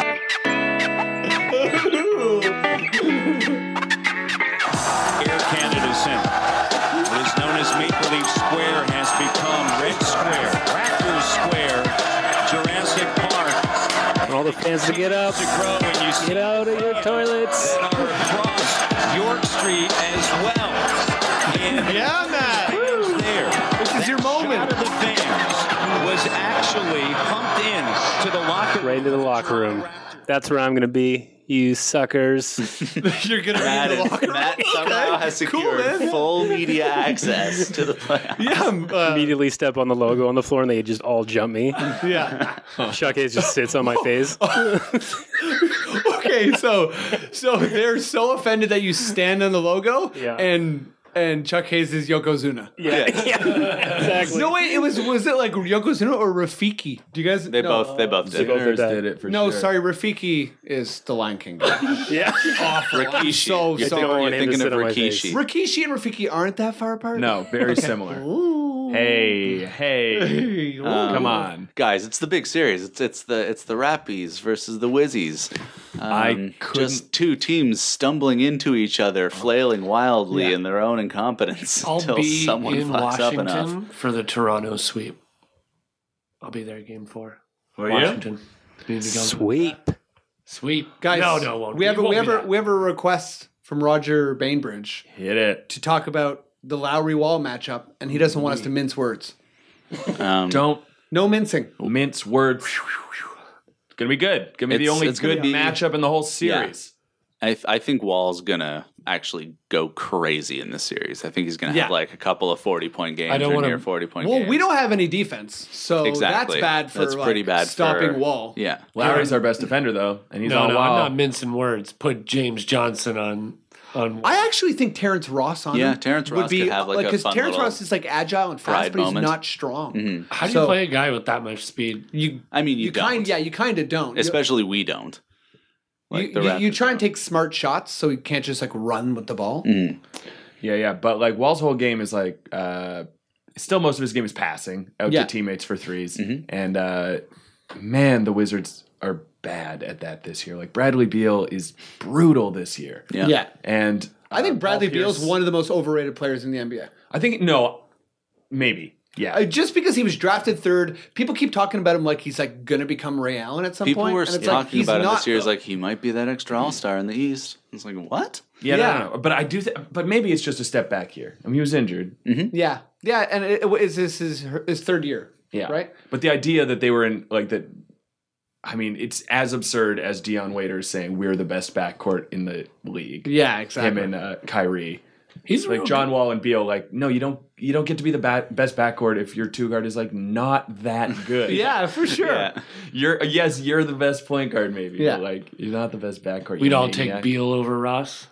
Speaker 9: Air Canada Center. What is known as Maple Leaf Square has become Red Square, Raptors Square, Jurassic Park.
Speaker 2: And all the fans to get up,
Speaker 9: To grow and you see
Speaker 2: get out of your toilets.
Speaker 9: that are across York Street as well. And yeah, man. There.
Speaker 1: This is your
Speaker 9: Out
Speaker 1: moment.
Speaker 9: of the fans was actually pumped in to the locker
Speaker 2: Right into the locker room. That's where I'm gonna be. You suckers.
Speaker 1: You're gonna
Speaker 5: Matt,
Speaker 1: be in
Speaker 5: is,
Speaker 1: the locker room.
Speaker 5: Matt somehow has
Speaker 1: Cool,
Speaker 5: secured
Speaker 1: man.
Speaker 5: full media access to the playoffs.
Speaker 1: Yeah,
Speaker 2: Immediately step on the logo on the floor and they just all jump me.
Speaker 1: uh, yeah.
Speaker 2: Chuck Hayes just sits on my face.
Speaker 1: Okay, so so they're so offended that you stand on the logo,
Speaker 2: Yeah.
Speaker 1: and and Chuck Hayes is Yokozuna.
Speaker 2: Yeah. exactly.
Speaker 1: No, wait, it was was it like Yokozuna or Rafiki? Do you guys?
Speaker 5: They
Speaker 1: no.
Speaker 5: both they both
Speaker 6: The
Speaker 5: did. it.
Speaker 6: Bears
Speaker 2: that.
Speaker 6: did it for
Speaker 1: No,
Speaker 6: sure.
Speaker 1: sorry, Rafiki is the Lion King. guy.
Speaker 2: Yeah.
Speaker 1: Awful. I'm
Speaker 5: Rikishi.
Speaker 1: so
Speaker 5: You're
Speaker 2: thinking-
Speaker 1: sorry.
Speaker 5: You're thinking
Speaker 2: Sit
Speaker 5: of
Speaker 2: on my face.
Speaker 5: Rikishi.
Speaker 1: Rikishi and Rafiki aren't that far apart.
Speaker 6: No, very similar.
Speaker 1: Ooh.
Speaker 6: Hey, hey,
Speaker 5: Um,
Speaker 6: come on!
Speaker 5: guys! It's the big series. It's it's the it's the Rappies versus the Wizzies. Um,
Speaker 6: I couldn't-
Speaker 5: just two teams stumbling into each
Speaker 1: Oh.
Speaker 5: other, flailing wildly in their own incompetence
Speaker 4: I'll
Speaker 5: until
Speaker 4: be
Speaker 5: someone
Speaker 4: in
Speaker 5: fucks up enough.
Speaker 4: Washington for the Toronto sweep. I'll be there game four.
Speaker 5: Oh,
Speaker 4: Washington. Community Gulf.
Speaker 2: Sweep.
Speaker 4: Sweep.
Speaker 1: guys,
Speaker 4: no, no, it won't.
Speaker 1: we
Speaker 4: It
Speaker 1: have a,
Speaker 4: won't
Speaker 1: we
Speaker 4: be
Speaker 1: have a,
Speaker 4: that.
Speaker 1: we have a request from Roger Bainbridge.
Speaker 6: Hit it!
Speaker 1: to talk about the Lowry Wall matchup, and he doesn't want
Speaker 4: Mm.
Speaker 1: us to mince words.
Speaker 5: Um,
Speaker 6: Don't
Speaker 1: No mincing.
Speaker 6: mince words. It's gonna be good. Gonna be the
Speaker 5: It's-
Speaker 6: only
Speaker 5: it's gonna
Speaker 6: good
Speaker 5: be-
Speaker 6: matchup in the whole series.
Speaker 5: I, th- I think Wall's gonna actually go crazy in this series. I think he's gonna
Speaker 1: Yeah.
Speaker 5: have like a couple of forty point games
Speaker 4: I don't
Speaker 5: or
Speaker 4: wanna-
Speaker 5: near forty point
Speaker 1: Well,
Speaker 5: games.
Speaker 1: we don't have any defense, so
Speaker 5: exactly.
Speaker 1: that's bad for like,
Speaker 5: pretty bad for-
Speaker 1: stopping Wall.
Speaker 5: Yeah,
Speaker 6: Lowry's our best defender though, and he's
Speaker 4: no,
Speaker 6: on
Speaker 4: no,
Speaker 6: wall.
Speaker 4: I'm not mincing words. Put James Johnson on on.
Speaker 1: I actually think Terrence Ross on
Speaker 5: Yeah,
Speaker 1: him
Speaker 5: Terrence
Speaker 1: would
Speaker 5: Ross
Speaker 1: be
Speaker 5: could have, like, a
Speaker 1: because
Speaker 5: fun
Speaker 1: Terrence
Speaker 5: little
Speaker 1: Ross is like agile and fast,
Speaker 5: pride
Speaker 1: but he's
Speaker 5: moment.
Speaker 1: not strong.
Speaker 4: How do
Speaker 1: so-
Speaker 4: you play a guy with that much speed?
Speaker 1: You
Speaker 5: I mean you,
Speaker 1: you,
Speaker 5: don't.
Speaker 1: kind yeah you kind of don't. You-
Speaker 5: especially we don't.
Speaker 1: you,
Speaker 5: Like the
Speaker 1: you- you
Speaker 5: Raptors
Speaker 1: try and
Speaker 5: don't. Mm,
Speaker 1: take smart shots, so you can't just like run with the ball.
Speaker 6: Yeah, yeah. But like Wall's whole game is like uh still most of his game is passing out
Speaker 1: Yeah.
Speaker 6: to teammates for 3s
Speaker 5: Mm-hmm.
Speaker 6: and uh, man, the Wizards are bad at that this year. Like Bradley Beal is brutal this year.
Speaker 1: Yeah. Yeah.
Speaker 6: and
Speaker 1: I think Bradley
Speaker 6: Uh, Pierce-
Speaker 1: Beal's one of the most overrated players in the NBA.
Speaker 6: I think no, maybe yeah.
Speaker 1: Uh, just because he was drafted third, people keep talking about him like he's like going to become Ray Allen at some
Speaker 5: People
Speaker 1: point.
Speaker 5: were
Speaker 1: and it's
Speaker 5: talking
Speaker 1: like, he's
Speaker 5: about him
Speaker 1: not,
Speaker 5: this year. It's
Speaker 1: though.
Speaker 5: like he might be that extra All Star in the East. It's like what?
Speaker 6: yeah, I don't know. but I do. Th- but maybe it's just a step back here. I mean, he was injured.
Speaker 1: yeah, yeah, and it, it, is this his his third year?
Speaker 6: Yeah.
Speaker 1: Right?
Speaker 6: But the idea that they were in like that I mean, it's as absurd as Dion Waiters saying we're the best backcourt in the league.
Speaker 1: Yeah, exactly.
Speaker 6: Him and uh, Kyrie.
Speaker 4: He's
Speaker 6: like
Speaker 4: real
Speaker 6: John Wall and Beal. Like, no, you don't. You don't get to be the bat, best backcourt if your two guard is like not that good.
Speaker 1: Yeah, for sure.
Speaker 6: Yeah. You're yes, you're the best point guard, maybe.
Speaker 4: Yeah.
Speaker 6: but like you're not the best backcourt.
Speaker 4: We'd
Speaker 6: you
Speaker 4: all take
Speaker 6: maniac.
Speaker 4: Beal over Ross.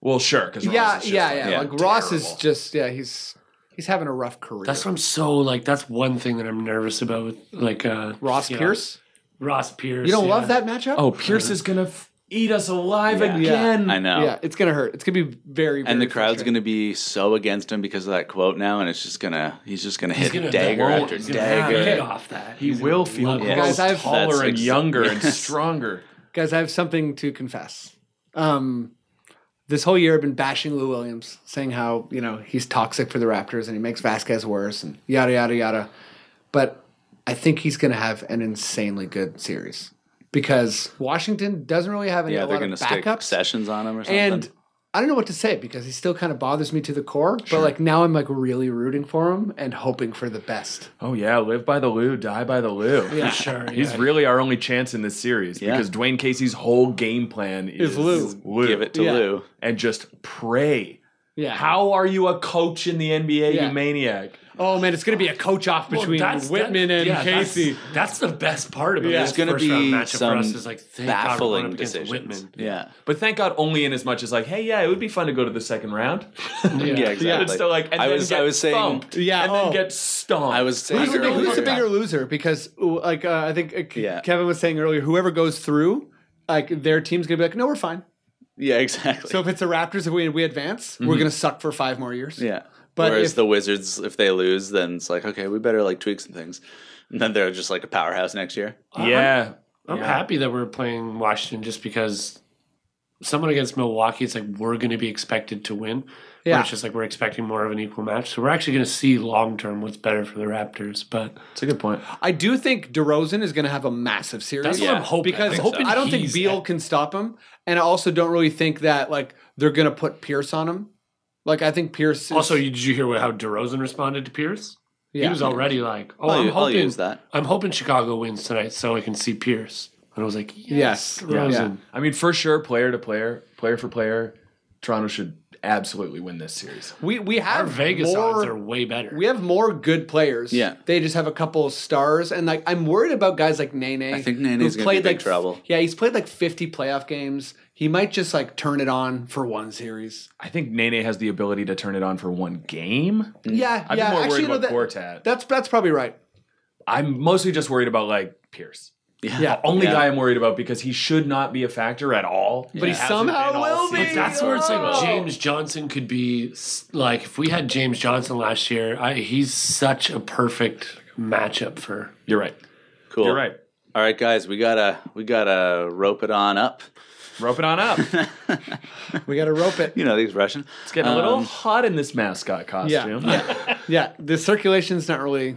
Speaker 6: Well, sure, because
Speaker 1: Yeah, yeah, yeah, Like Ross is just yeah, he's he's having a rough career.
Speaker 4: That's what I'm so like. That's one thing that I'm nervous about. With, like uh,
Speaker 1: Ross
Speaker 4: you know,
Speaker 1: Pierce.
Speaker 4: Ross Pierce.
Speaker 1: You don't
Speaker 4: yeah.
Speaker 1: love that matchup?
Speaker 6: Oh, Pierce is gonna f- eat us alive
Speaker 5: Yeah.
Speaker 6: again.
Speaker 5: I know.
Speaker 1: Yeah, it's gonna hurt. It's gonna be very.
Speaker 5: and the
Speaker 1: very
Speaker 5: crowd's going to be so against him because of that quote now, and it's just gonna he's just gonna hit
Speaker 6: gonna-
Speaker 5: dagger
Speaker 6: that won't-
Speaker 5: after
Speaker 6: he's gonna
Speaker 5: dagger.
Speaker 6: get off
Speaker 4: that.
Speaker 6: He will feel
Speaker 5: Yeah.
Speaker 6: gross,
Speaker 5: Guys, I've-
Speaker 6: taller and
Speaker 5: That's ex-
Speaker 6: younger and
Speaker 5: Yes.
Speaker 6: stronger.
Speaker 1: Guys, I have something to confess. Um, this whole year, I've been bashing Lou Williams, saying how you know he's toxic for the Raptors and he makes Vasquez worse and yada yada yada. But I think he's going to have an insanely good series because Washington doesn't really have any
Speaker 5: Yeah,
Speaker 1: a
Speaker 5: they're
Speaker 1: lot
Speaker 5: gonna
Speaker 1: of
Speaker 5: stick
Speaker 1: backups,
Speaker 5: sessions on him or something.
Speaker 1: and I don't know what to say because he still kind of bothers me to the core. But like now, I'm like really rooting for him and hoping for the best.
Speaker 6: Oh yeah, live by the Lou, die by the Lou.
Speaker 1: Yeah. For sure,
Speaker 6: He's
Speaker 1: yeah.
Speaker 6: really our only chance in this series because Dwayne Casey's whole game plan is,
Speaker 1: Is Lou.
Speaker 5: Give it to Yeah. Lou.
Speaker 6: and just pray.
Speaker 1: Yeah.
Speaker 6: How are you a coach in the NBA,
Speaker 1: Yeah.
Speaker 6: you maniac?
Speaker 1: Oh man, it's going to be a coach off
Speaker 4: Well,
Speaker 1: between
Speaker 4: that's- that-
Speaker 1: Whitman and
Speaker 4: yeah, that's-
Speaker 1: Casey.
Speaker 4: That's, the best part of it.
Speaker 1: Yeah.
Speaker 4: This
Speaker 1: There's gonna
Speaker 4: first round
Speaker 6: be
Speaker 4: matchup for
Speaker 6: some
Speaker 4: us is like thank
Speaker 6: baffling
Speaker 4: God we're going up against
Speaker 6: decisions.
Speaker 4: Whitman.
Speaker 5: Yeah.
Speaker 6: But thank God only in as much as like, hey, yeah, it would be fun to go to the second round. yeah,
Speaker 5: exactly.
Speaker 6: It's still like, and
Speaker 5: I
Speaker 6: then
Speaker 5: was-
Speaker 6: get
Speaker 5: I was saying-
Speaker 6: thumped,
Speaker 1: Yeah,
Speaker 6: and
Speaker 1: oh.
Speaker 6: then get stomped. I was
Speaker 1: Who's the, big- who's the bigger loser? Because uh, like uh, I think uh, K- Kevin was saying earlier, whoever goes through, like their team's gonna be like, no, we're fine.
Speaker 5: yeah, exactly.
Speaker 1: So if it's the Raptors, if we we advance, we're
Speaker 5: Mhm.
Speaker 1: gonna suck for five more years.
Speaker 5: yeah.
Speaker 1: But
Speaker 5: Whereas
Speaker 1: if-
Speaker 5: the Wizards, if they lose, then it's like okay, we better like tweak some things, and then they're just like a powerhouse next year.
Speaker 6: Uh-huh.
Speaker 4: Yeah. I'm
Speaker 5: Yeah.
Speaker 4: happy that we're playing Washington just because someone against Milwaukee, it's like we're going to be expected to win. Yeah.
Speaker 1: Yeah.
Speaker 4: it's just like we're expecting more of an equal match. So we're actually going to see long term what's better for the Raptors. But
Speaker 6: it's a good point.
Speaker 1: I do think DeRozan is gonna have a massive series.
Speaker 4: That's what I'm Yeah. hoping.
Speaker 1: because
Speaker 4: I'm hoping
Speaker 1: I don't think
Speaker 4: he's
Speaker 1: Beal can stop him, and I also don't really think that like they're gonna put Pierce on him. Like I think Pierce. Is,
Speaker 4: Also, you- did you hear what- how DeRozan responded to Pierce? He
Speaker 1: Yeah.
Speaker 4: was already like, "Oh,
Speaker 5: I'll
Speaker 4: I'm
Speaker 5: u- I'll
Speaker 4: hoping
Speaker 5: use that.
Speaker 4: I'm hoping Chicago wins tonight, so I can see Pierce." And I was like,
Speaker 6: Yes.
Speaker 4: "Yes, DeRozan."
Speaker 6: I mean, for sure, player to player, player for player, Toronto should absolutely win this series.
Speaker 1: we we have
Speaker 4: Our Vegas
Speaker 1: more,
Speaker 4: odds are way better.
Speaker 1: We have more good players.
Speaker 6: Yeah.
Speaker 1: They just have a couple of stars. And like I'm worried about guys like Nene.
Speaker 5: I think
Speaker 1: who's
Speaker 5: Nene's gonna be in big
Speaker 1: like
Speaker 5: trouble.
Speaker 1: Yeah, he's played like 50 playoff games. He might just like turn it on for one series.
Speaker 6: I think Nene has the ability to turn it on for one game.
Speaker 5: Mm.
Speaker 1: Yeah,
Speaker 6: I'd
Speaker 1: yeah.
Speaker 6: be more
Speaker 1: Actually,
Speaker 6: worried
Speaker 1: you know,
Speaker 6: about Gortat.
Speaker 1: That's that's probably right.
Speaker 6: I'm mostly just worried about like Pierce.
Speaker 5: Yeah.
Speaker 6: The only
Speaker 4: Yeah.
Speaker 6: guy I'm worried about because he should not be a factor at all.
Speaker 4: But he
Speaker 6: hasn't
Speaker 4: somehow
Speaker 6: been all
Speaker 4: will Oh.
Speaker 6: season.
Speaker 4: But that's where it's like James Johnson could be s- like if we had James Johnson last year, I, he's such a perfect matchup for.
Speaker 6: You're right.
Speaker 5: Cool.
Speaker 4: You're right.
Speaker 5: All right, guys, we gotta we gotta rope it on up.
Speaker 6: Rope it on up.
Speaker 1: we gotta rope it.
Speaker 5: You know these Russian.
Speaker 6: It's getting a little hot in this mascot
Speaker 1: Um,
Speaker 6: costume.
Speaker 1: Yeah. yeah. The circulation's not really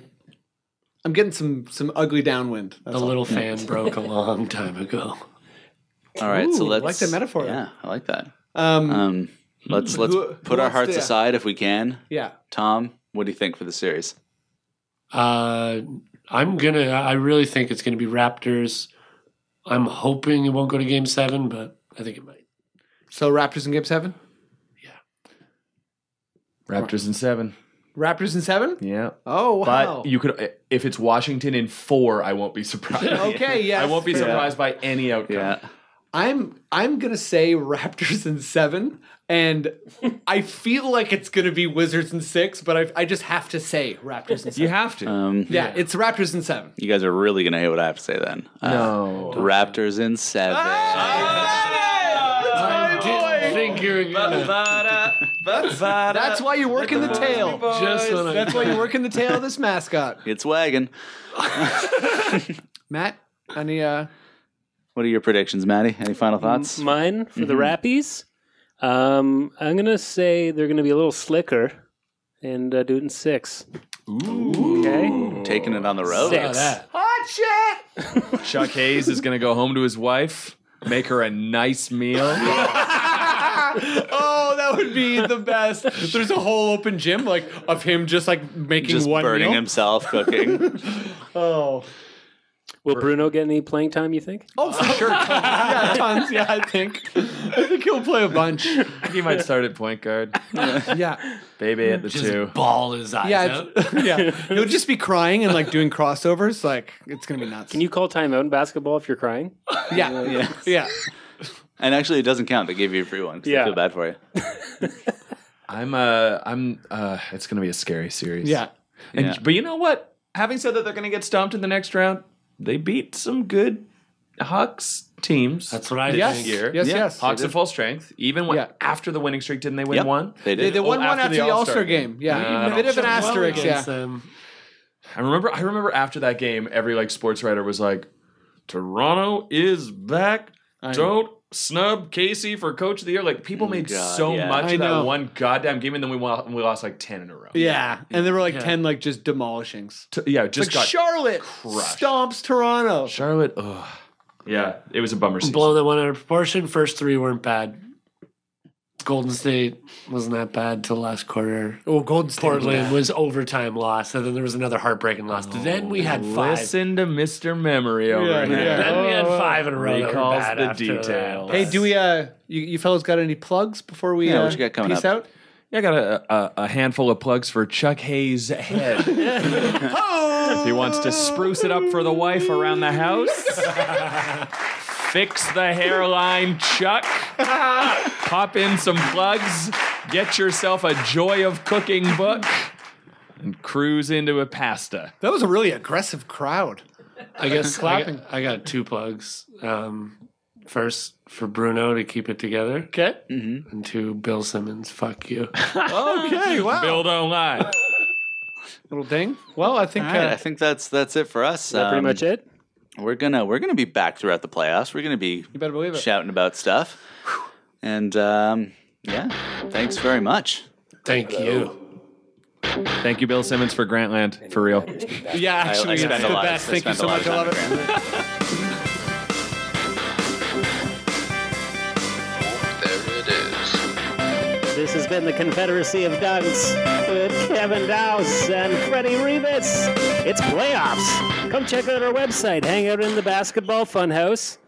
Speaker 1: I'm getting some some ugly downwind.
Speaker 4: The little fan broke a long time ago.
Speaker 5: All right, so
Speaker 1: Ooh, I
Speaker 5: let's
Speaker 1: like that metaphor.
Speaker 5: Yeah, I like that.
Speaker 1: Um,
Speaker 5: Um, let's let's
Speaker 1: who-
Speaker 5: put
Speaker 1: who
Speaker 5: our
Speaker 1: wants
Speaker 5: hearts
Speaker 1: to-
Speaker 5: aside if we can.
Speaker 1: Yeah.
Speaker 5: Tom, what do you think for the series?
Speaker 4: Uh, I'm gonna. I really think it's gonna be Raptors. I'm hoping it won't go to Game Seven, but I think it might.
Speaker 1: So Raptors in game seven?
Speaker 6: Raptors in seven.
Speaker 1: Raptors in seven?
Speaker 6: Yeah.
Speaker 1: Oh wow.
Speaker 6: But you could, if it's Washington in four, I won't be surprised.
Speaker 1: Okay, yes,
Speaker 6: I won't be
Speaker 1: fair.
Speaker 6: surprised by any outcome.
Speaker 1: I'm I'm gonna say Raptors in seven, and I feel like it's gonna be Wizards in six, but I I just have to say Raptors in seven.
Speaker 6: You have to.
Speaker 5: Um,
Speaker 1: yeah, it's Raptors in seven.
Speaker 5: You guys are really gonna hate what I have to say then. Uh,
Speaker 2: Ah!
Speaker 5: No. Raptors in seven.
Speaker 4: I didn't think gearing
Speaker 1: That's why you're working the tail.
Speaker 4: Just when I-
Speaker 1: That's why you're working the tail of this mascot.
Speaker 5: It's wagging.
Speaker 1: Matt, any uh
Speaker 5: What are your predictions, Maddie? Any final thoughts?
Speaker 2: M- mine for the
Speaker 5: Mhm.
Speaker 2: Rappies. Um, I'm gonna say they're gonna be a little slicker, and uh, do it in six. Okay.
Speaker 5: Taking it on the
Speaker 6: road.
Speaker 2: Six.
Speaker 1: hot shit?
Speaker 6: Chuck Hayes is going to go home to his wife, make her a nice meal.
Speaker 1: oh, that would be the best. There's a whole open gym like of him just like making
Speaker 5: Just
Speaker 1: one
Speaker 5: burning
Speaker 1: meal.
Speaker 5: himself cooking.
Speaker 1: Oh.
Speaker 2: Will Bruno get any playing time? You think?
Speaker 1: Oh, for sure. yeah, tons. Yeah, I think. I think he'll play a bunch.
Speaker 6: he might start at point guard.
Speaker 1: yeah.
Speaker 6: Baby at the
Speaker 4: Just
Speaker 6: two.
Speaker 4: Ball his eyes
Speaker 1: Yeah,
Speaker 4: out.
Speaker 1: it's- yeah. He'll just be crying and like doing crossovers. Like it's gonna be nuts.
Speaker 2: Can you call timeout in basketball if you're crying?
Speaker 1: Yeah,
Speaker 5: yeah.
Speaker 1: yeah.
Speaker 5: And actually, it doesn't count. They gave you a free one 'cause
Speaker 2: Yeah.
Speaker 5: they feel bad for you.
Speaker 6: I'm uh I'm uh it's gonna be a scary series.
Speaker 1: Yeah.
Speaker 6: And
Speaker 5: Yeah.
Speaker 6: but you know what? Having said that they're gonna get stomped in the next round, they beat some good Hawks teams.
Speaker 4: That's what I
Speaker 6: this
Speaker 4: yes.
Speaker 6: year.
Speaker 1: Yes, yes.
Speaker 6: Hawks
Speaker 1: They
Speaker 6: at
Speaker 1: did.
Speaker 6: full strength. Even when,
Speaker 1: Yeah.
Speaker 6: after the winning streak, didn't they win
Speaker 5: Yep,
Speaker 6: one?
Speaker 5: they
Speaker 1: They,
Speaker 5: did.
Speaker 1: they won one after, the All Star game.
Speaker 6: Yeah, I
Speaker 1: Yeah,
Speaker 6: don't
Speaker 1: bit of an
Speaker 4: Well
Speaker 1: asterisk.
Speaker 4: against
Speaker 1: yeah,
Speaker 4: them.
Speaker 6: I remember. I remember after that game, every like sports writer was like, "Toronto is back.
Speaker 1: I know.
Speaker 6: Don't snub Casey for Coach of the Year." Like people
Speaker 4: Mm,
Speaker 6: made
Speaker 5: God,
Speaker 6: so
Speaker 5: yeah.
Speaker 6: much
Speaker 1: I
Speaker 6: of
Speaker 1: know.
Speaker 6: that one goddamn game, and then we won, we lost like ten in a row.
Speaker 1: yeah. And there were like
Speaker 4: Yeah.
Speaker 1: ten like just demolishings.
Speaker 6: T- yeah, just
Speaker 1: like
Speaker 6: got
Speaker 1: Charlotte
Speaker 6: crushed.
Speaker 1: stomps Toronto.
Speaker 6: Charlotte. Ugh. Yeah, it was a bummer season.
Speaker 4: Blow that one out of proportion. First three weren't bad. Golden State wasn't that bad till last quarter.
Speaker 1: Oh, Golden State.
Speaker 4: Portland was overtime loss, and then there was another heartbreaking loss.
Speaker 1: Oh,
Speaker 4: then we had five.
Speaker 6: Listen to Mr. Memory over
Speaker 1: Yeah,
Speaker 6: here.
Speaker 1: yeah.
Speaker 4: Then we had five in a row. that were
Speaker 6: Recalls
Speaker 4: bad
Speaker 6: the
Speaker 4: after that.
Speaker 6: details.
Speaker 1: Hey, do we? Uh, you, you fellows got any plugs before we?
Speaker 5: Yeah,
Speaker 1: uh,
Speaker 5: what you got coming
Speaker 1: peace
Speaker 5: up?
Speaker 1: out.
Speaker 6: Yeah, I got a, a, a handful of plugs for Chuck Hayes' head. if he wants to spruce it up for the wife around the house, fix the hairline, Chuck. Pop in some plugs. Get yourself a Joy of Cooking book. And cruise into a pasta.
Speaker 1: That was a really aggressive crowd.
Speaker 4: I guess I
Speaker 1: Clapping.
Speaker 4: got, I got two plugs. Um, first for Bruno to keep it together,
Speaker 1: Okay.
Speaker 4: and two Bill Simmons. Fuck you.
Speaker 1: Okay. Wow.
Speaker 6: Bill, don't lie.
Speaker 1: Little ding. Well, I think.
Speaker 5: All right,
Speaker 1: uh,
Speaker 5: I think that's that's it for us.
Speaker 2: Is that pretty
Speaker 5: Um,
Speaker 2: much it?
Speaker 5: We're gonna we're gonna be back throughout the playoffs. We're gonna be
Speaker 1: you better believe it.
Speaker 5: shouting about stuff. And um, yeah, thanks very much.
Speaker 4: Thank you.
Speaker 6: Thank you, Bill Simmons, for Grantland. For real.
Speaker 1: Yeah,
Speaker 5: I- I
Speaker 1: actually,
Speaker 5: spend
Speaker 1: it's
Speaker 5: a
Speaker 1: the
Speaker 5: lot-
Speaker 1: best.
Speaker 5: I
Speaker 1: Thank you so
Speaker 5: spend a lot of
Speaker 1: much. I love
Speaker 5: time
Speaker 1: it.
Speaker 5: in Grand-
Speaker 3: There it is.
Speaker 2: This has been the Confederacy of Dunks with Kevin Dowse and Freddie Rebus. It's playoffs. Come check out our website, hang out in the Basketball Funhouse.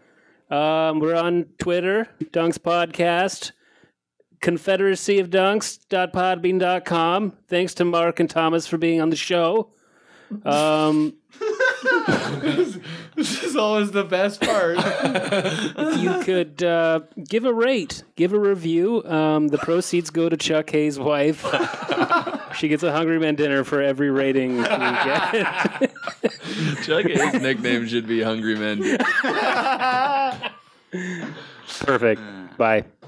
Speaker 2: Um, we're on Twitter, Dunks Podcast, Confederacy of Dunks.podbean.com. Thanks to Mark and Thomas for being on the show. Um,
Speaker 1: This is always the best part.
Speaker 2: you could uh, give a rate, give a review. Um, the proceeds go to Chuck Hayes' wife. she gets a Hungry Man dinner for every rating we get.
Speaker 6: Chuck Hayes' nickname should be Hungry Men.
Speaker 2: Perfect. Bye.